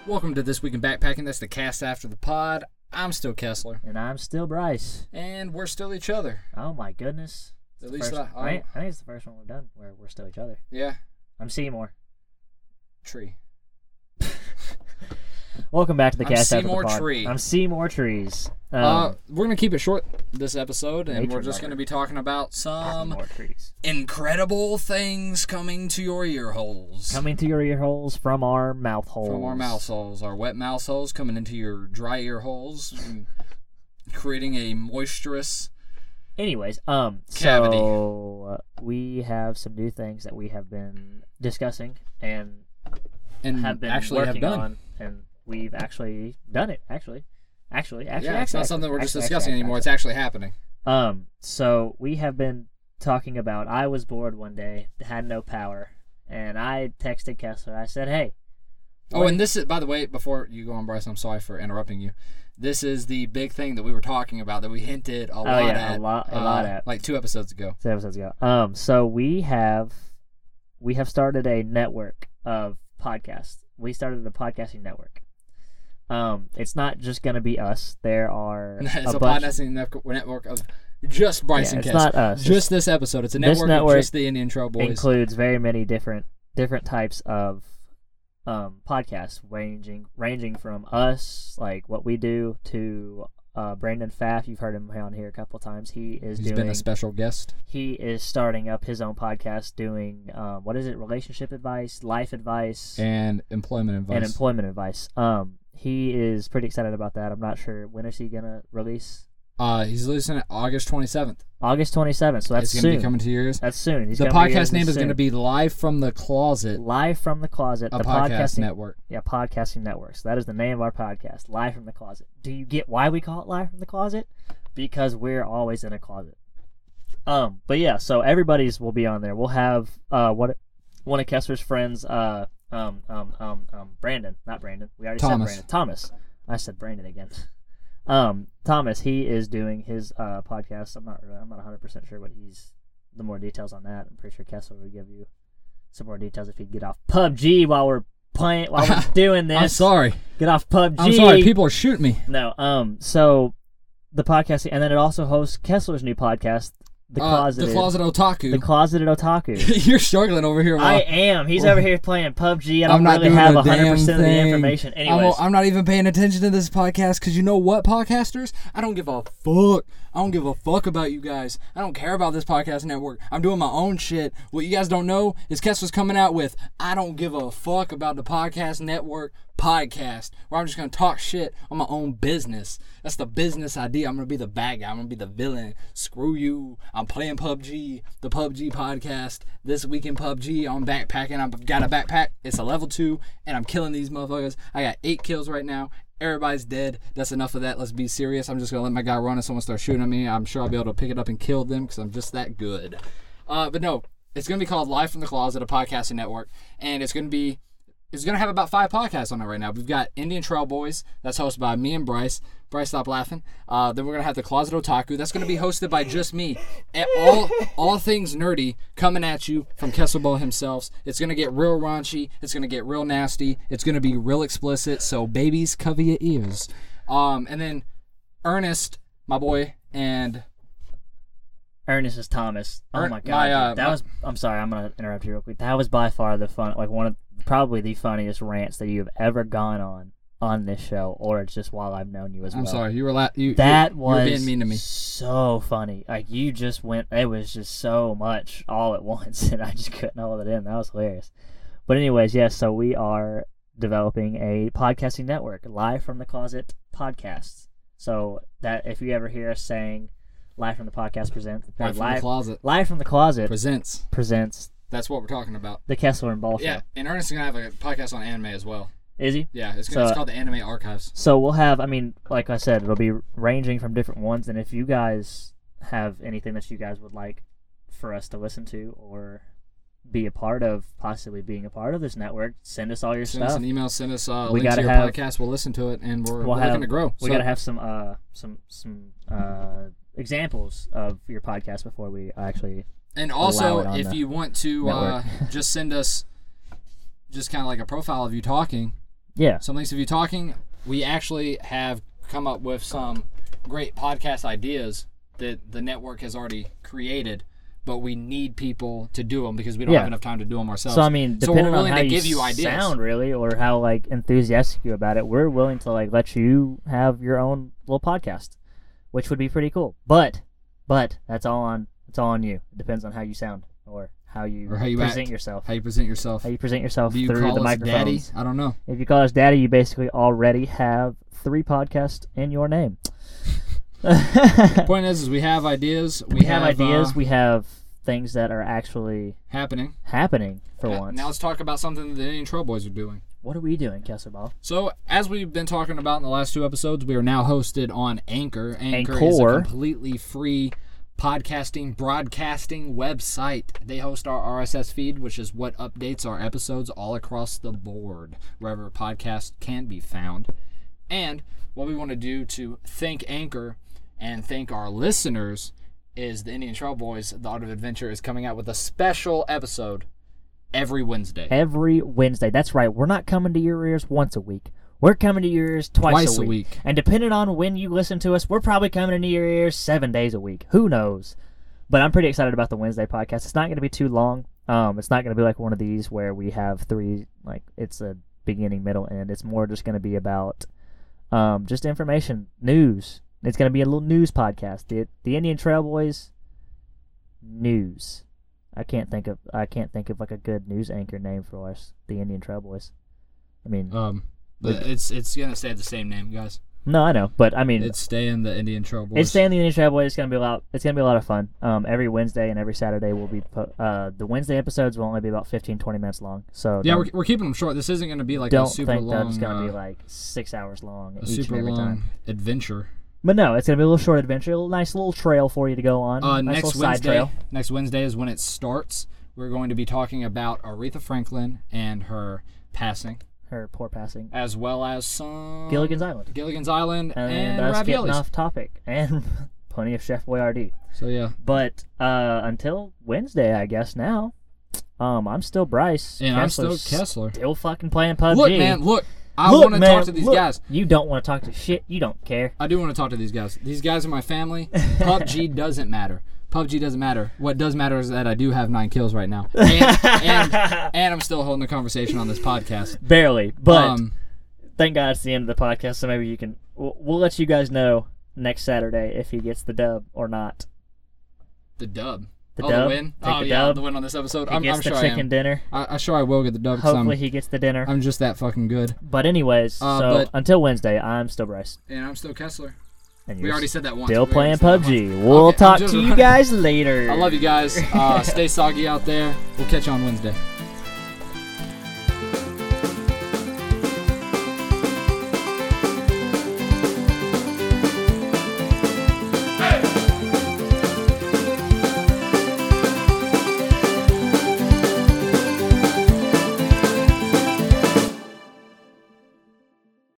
Speaker 1: Welcome to This Week in Backpacking. That's the cast after the pod. I'm still Kessler.
Speaker 2: And I'm still Bryce.
Speaker 1: And we're still each other.
Speaker 2: Oh my goodness.
Speaker 1: At least
Speaker 2: First-
Speaker 1: I, I,
Speaker 2: I think it's the first one we've done where we're still each other.
Speaker 1: Yeah,
Speaker 2: I'm Seymour.
Speaker 1: tree.
Speaker 2: Welcome back to the
Speaker 1: I'm
Speaker 2: cast. After the
Speaker 1: Seymour
Speaker 2: Pod.
Speaker 1: Tree.
Speaker 2: I'm Seymour Trees. Um,
Speaker 1: uh, we're going to keep it short this episode, and
Speaker 2: Nature
Speaker 1: we're just
Speaker 2: lover.
Speaker 1: going to be talking about some
Speaker 2: Seymour Trees.
Speaker 1: incredible things coming to your ear holes.
Speaker 2: Coming to your ear holes from our mouth holes.
Speaker 1: from our mouse holes, our wet mouse holes coming into your dry ear holes, and creating a moisturous.
Speaker 2: Anyways, um,
Speaker 1: Cavity.
Speaker 2: so uh, we have some new things that we have been discussing and
Speaker 1: And
Speaker 2: have been
Speaker 1: Mm, actually have
Speaker 2: working
Speaker 1: done.
Speaker 2: on, and we've actually done it. Actually, actually, actually,
Speaker 1: yeah,
Speaker 2: actually,
Speaker 1: it's not
Speaker 2: actually,
Speaker 1: something we're just
Speaker 2: actually,
Speaker 1: discussing
Speaker 2: actually,
Speaker 1: anymore.
Speaker 2: actually.
Speaker 1: It's actually happening.
Speaker 2: Um, so we have been talking about. I was bored one day, had no power, and I texted Kessler. I said, "Hey,
Speaker 1: Oh, and this is, by the way, before you go on, Bryce, I'm sorry for interrupting you. This is the big thing that we were talking about that we hinted a lot
Speaker 2: Oh, yeah,
Speaker 1: at. uh,
Speaker 2: a lot- a lot at.
Speaker 1: Like two episodes ago.
Speaker 2: Two episodes ago. Um, so we have we have started a network of podcasts. We started a podcasting network. Um, it's not just gonna be us. There are
Speaker 1: it's a,
Speaker 2: a, bunch.
Speaker 1: podcasting network- network of just Bryce
Speaker 2: Yeah,
Speaker 1: and
Speaker 2: it's
Speaker 1: Kes.
Speaker 2: not us.
Speaker 1: Just this episode. It's a
Speaker 2: This
Speaker 1: network,
Speaker 2: network
Speaker 1: of just the In Intro Boys.
Speaker 2: includes very many different different types of um, podcasts, ranging ranging from us, like what we do, to uh, Brandon Pfaff. You've heard him on here a couple times. He is
Speaker 1: He's
Speaker 2: doing
Speaker 1: been a special guest.
Speaker 2: he is starting up his own podcast doing um, what is it relationship advice life advice and,
Speaker 1: And employment advice.
Speaker 2: employment advice um, he is pretty excited about that i'm not sure when is he gonna release
Speaker 1: Uh, he's listening August 27th.
Speaker 2: August 27th. So that's
Speaker 1: it's going to
Speaker 2: soon.
Speaker 1: be coming to yours.
Speaker 2: that's soon. He's
Speaker 1: The
Speaker 2: gonna be
Speaker 1: podcast name is
Speaker 2: soon.
Speaker 1: going to be Live from the Closet,
Speaker 2: Live from the Closet.
Speaker 1: a
Speaker 2: the
Speaker 1: podcast
Speaker 2: podcasting
Speaker 1: network.
Speaker 2: Yeah, podcasting network. So that is the name of our podcast, Live from the Closet. Do you get why we call it Live from the Closet? Because we're always in a closet. Um, but yeah, so everybody's will be on there. We'll have uh one one of Kessler's friends, uh um um um um Brandon, not Brandon. We already
Speaker 1: Thomas.
Speaker 2: said Brandon. Thomas. I said Brandon again. Um, Thomas, he is doing his uh podcast. I'm not really- I'm not 100 percent sure, but he's the more details on that. I'm pretty sure Kessler would give you some more details if he'd get off PUBG while we're playing while we're doing this.
Speaker 1: I'm sorry.
Speaker 2: Get off PUBG.
Speaker 1: I'm sorry. People are shooting me.
Speaker 2: No. Um. So the podcast, and then it also hosts Kessler's new podcast, The
Speaker 1: Uh,
Speaker 2: Closeted.
Speaker 1: the Closet Otaku.
Speaker 2: The Closeted Otaku.
Speaker 1: You're struggling over here.
Speaker 2: I
Speaker 1: While
Speaker 2: am. He's
Speaker 1: Well,
Speaker 2: over here playing PUBG. I don't
Speaker 1: I'm not
Speaker 2: really
Speaker 1: doing
Speaker 2: have
Speaker 1: a damn
Speaker 2: 100% of the
Speaker 1: thing.
Speaker 2: information.
Speaker 1: I'm,
Speaker 2: Anyways,
Speaker 1: I'm not even paying attention to this podcast because you know what, podcasters? I don't give a fuck. I don't give a fuck about you guys. I don't care about this podcast network. I'm doing my own shit. What you guys don't know is Kessler's coming out with I don't give a fuck about the podcast network podcast where I'm just going to talk shit on my own business. That's the business idea. I'm going to be the bad guy. I'm going to be the villain. Screw you. I'm playing PUBG, the PUBG podcast. This week in PUBG, I'm backpacking. I've got a backpack. It's a level two, and I'm killing these motherfuckers. I got eight kills right now. Everybody's dead. That's enough of that. Let's be serious. I'm just going to let my guy run and someone start shooting at me. I'm sure I'll be able to pick it up and kill them because I'm just that good. Uh, but no, it's going to be called Live from the Closet, a podcasting network, and it's going to be is going to have about five podcasts on it right now. We've got Indian Trail Boys, that's hosted by me and Bryce. Bryce, stop laughing. Uh, then we're going to have the Closet Otaku, that's going to be hosted by just me. And all all things nerdy coming at you from Kessel Ball himself. It's going to get real raunchy. It's going to get real nasty. It's going to be real explicit. So babies, cover your ears. Um, and then Ernest, my boy, and
Speaker 2: Ernest is Thomas. Oh
Speaker 1: Ern-
Speaker 2: my god,
Speaker 1: my, uh,
Speaker 2: dude. that
Speaker 1: my-
Speaker 2: was. I'm sorry, I'm gonna interrupt you real quick. That was by far the fun, like one of probably the funniest rants that you have ever gone on on this show, or it's just while I've known you as
Speaker 1: I'm
Speaker 2: well.
Speaker 1: sorry, you were la- you,
Speaker 2: That
Speaker 1: you,
Speaker 2: was
Speaker 1: you were being mean to me.
Speaker 2: so funny. Like you just went. It was just so much all at once, and I just couldn't hold it in. That was hilarious. But anyways, yes. so we are developing a podcasting network, live from the closet podcasts. So that if you ever hear us saying, "Live from the podcast presents," or
Speaker 1: Right from the
Speaker 2: live,
Speaker 1: closet
Speaker 2: live from the closet
Speaker 1: presents.
Speaker 2: presents
Speaker 1: That's what we're talking about.
Speaker 2: the Kessler and Ball
Speaker 1: Yeah,
Speaker 2: show.
Speaker 1: and Ernest is gonna have a podcast on anime as well.
Speaker 2: Is he?
Speaker 1: Yeah, it's, gonna,
Speaker 2: So-
Speaker 1: it's called the Anime Archives.
Speaker 2: So we'll have, I mean, like I said, it'll be ranging from different ones. And if you guys have anything that you guys would like for us to listen to or be a part of, possibly being a part of this network, send us all your
Speaker 1: Send us
Speaker 2: stuff.
Speaker 1: an email. Send us uh, a
Speaker 2: We
Speaker 1: link to
Speaker 2: gotta
Speaker 1: your
Speaker 2: have-
Speaker 1: podcast. We'll listen to it, and we're,
Speaker 2: We'll
Speaker 1: we're
Speaker 2: have-
Speaker 1: looking to grow. so,
Speaker 2: We gotta have some, uh, some, some uh, examples of your podcast before we actually.
Speaker 1: and
Speaker 2: allow
Speaker 1: also,
Speaker 2: it on
Speaker 1: if
Speaker 2: the
Speaker 1: you want to uh,
Speaker 2: network.
Speaker 1: just send us just kind of like a profile of you talking,
Speaker 2: Yeah.
Speaker 1: some links of you talking. We actually have come up with some great podcast ideas that the network has already created, but we need people to do them because we don't
Speaker 2: Yeah.
Speaker 1: have enough time to do them ourselves.
Speaker 2: So I mean,
Speaker 1: So we're
Speaker 2: depending on
Speaker 1: willing
Speaker 2: how
Speaker 1: to
Speaker 2: you,
Speaker 1: give you ideas.
Speaker 2: sound, really, or how like enthusiastic you about it, we're willing to like let you have your own little podcast, which would be pretty cool. But, but that's all on it's all on you. It depends on how you sound or how you,
Speaker 1: Or how you
Speaker 2: present
Speaker 1: act.
Speaker 2: yourself.
Speaker 1: how you present yourself.
Speaker 2: How you present yourself
Speaker 1: Do you
Speaker 2: through
Speaker 1: call
Speaker 2: the
Speaker 1: us
Speaker 2: microphone.
Speaker 1: daddy? I don't know.
Speaker 2: If you call us daddy, you basically already have three podcasts in your name.
Speaker 1: Point is, is we have ideas. We,
Speaker 2: we have ideas.
Speaker 1: uh,
Speaker 2: we have things that are actually
Speaker 1: happening.
Speaker 2: happening for
Speaker 1: Uh,
Speaker 2: once.
Speaker 1: Now let's talk about something that the Indian Trail Boys are doing.
Speaker 2: what are we doing, Kesselball?
Speaker 1: So, as we've been talking about in the last two episodes, we are now hosted on Anchor. Anchor is a
Speaker 2: Anchor.
Speaker 1: completely free podcasting broadcasting website. They host our RSS feed, which is what updates our episodes all across the board, wherever podcasts can be found. And what we want to do to thank Anchor and thank our listeners is the Indian Trail Boys, The Art of Adventure, is coming out with a special episode every Wednesday.
Speaker 2: every Wednesday. That's right. We're not coming to your ears once a week. We're coming to your ears twice,
Speaker 1: Twice a
Speaker 2: a, week.
Speaker 1: week.
Speaker 2: And depending on when you listen to us, we're probably coming into your ears seven days a week. Who knows? But I'm pretty excited about the Wednesday podcast. It's not going to be too long. Um, it's not going to be like one of these where we have three. Like it's a beginning, middle, end. It's more just going to be about um, just information, news. It's going to be a little news podcast. The the Indian Trail Boys news. I can't think of I can't think of like a good news anchor name for us, the Indian Trail Boys. I mean,
Speaker 1: Uh, Um, but it's it's gonna stay the same name, guys.
Speaker 2: No, I know, but I mean,
Speaker 1: It's staying the Indian Trail Boys.
Speaker 2: It's staying the Ninja Boy. It's gonna be a lot. It's gonna be a lot of fun. Um, every Wednesday and every Saturday will be. Po- uh, the Wednesday episodes will only be about 15, 20 minutes long. So
Speaker 1: yeah,
Speaker 2: don't,
Speaker 1: we're, we're keeping them short. This isn't going to be like
Speaker 2: don't
Speaker 1: a super
Speaker 2: think that
Speaker 1: long,
Speaker 2: it's gonna
Speaker 1: uh,
Speaker 2: be like six hours long
Speaker 1: a
Speaker 2: each
Speaker 1: super
Speaker 2: and every
Speaker 1: long
Speaker 2: time.
Speaker 1: adventure.
Speaker 2: But no, it's gonna be a little short adventure, a little- nice little trail for you to go on.
Speaker 1: Uh,
Speaker 2: nice
Speaker 1: next
Speaker 2: little side
Speaker 1: Wednesday,
Speaker 2: trail.
Speaker 1: next Wednesday is when it starts. We're going to be talking about Aretha Franklin and her passing,
Speaker 2: Her poor passing.
Speaker 1: as well as some
Speaker 2: Gilligan's Island.
Speaker 1: Gilligan's Island
Speaker 2: And,
Speaker 1: and,
Speaker 2: us getting
Speaker 1: raviolis.
Speaker 2: off topic and plenty of Chef Boyardee.
Speaker 1: So yeah,
Speaker 2: But uh, until Wednesday, I guess now. Um, I'm still Bryce.
Speaker 1: and I'm
Speaker 2: Kessler's
Speaker 1: still Kessler.
Speaker 2: Still fucking playing PUBG.
Speaker 1: Look, man, look. I
Speaker 2: Look,
Speaker 1: want to
Speaker 2: man,
Speaker 1: talk to these
Speaker 2: look.
Speaker 1: guys.
Speaker 2: You don't want to talk to shit. You don't care.
Speaker 1: I do want to talk to these guys. These guys are my family. PUBG doesn't matter. PUBG doesn't matter. What does matter is that I do have nine kills right now, and, and, and I'm still holding the conversation on this podcast.
Speaker 2: Barely, but
Speaker 1: um,
Speaker 2: thank God it's the end of the podcast. So maybe you can. We'll, we'll let you guys know next Saturday if he gets the dub or not.
Speaker 1: the dub.
Speaker 2: The
Speaker 1: oh,
Speaker 2: dub?
Speaker 1: the win.
Speaker 2: Take
Speaker 1: oh
Speaker 2: the
Speaker 1: yeah,
Speaker 2: dub?
Speaker 1: the win on this episode.
Speaker 2: He
Speaker 1: I'm,
Speaker 2: gets
Speaker 1: I'm
Speaker 2: the
Speaker 1: sure
Speaker 2: chicken dinner.
Speaker 1: I am. I, I sure I will get the dub. 'cause
Speaker 2: Hopefully,
Speaker 1: I'm,
Speaker 2: he gets the dinner.
Speaker 1: I'm just that fucking good.
Speaker 2: but anyways,
Speaker 1: Uh,
Speaker 2: so
Speaker 1: but-
Speaker 2: until Wednesday, I'm still Bryce,
Speaker 1: And I'm still Kessler.
Speaker 2: and
Speaker 1: We
Speaker 2: you're
Speaker 1: already said that once.
Speaker 2: still
Speaker 1: We already
Speaker 2: playing
Speaker 1: said that
Speaker 2: PUBG.
Speaker 1: once.
Speaker 2: We'll
Speaker 1: Okay, I'm
Speaker 2: talk
Speaker 1: just-
Speaker 2: to you guys later.
Speaker 1: I love you guys. Uh, stay soggy out there. We'll catch you on Wednesday.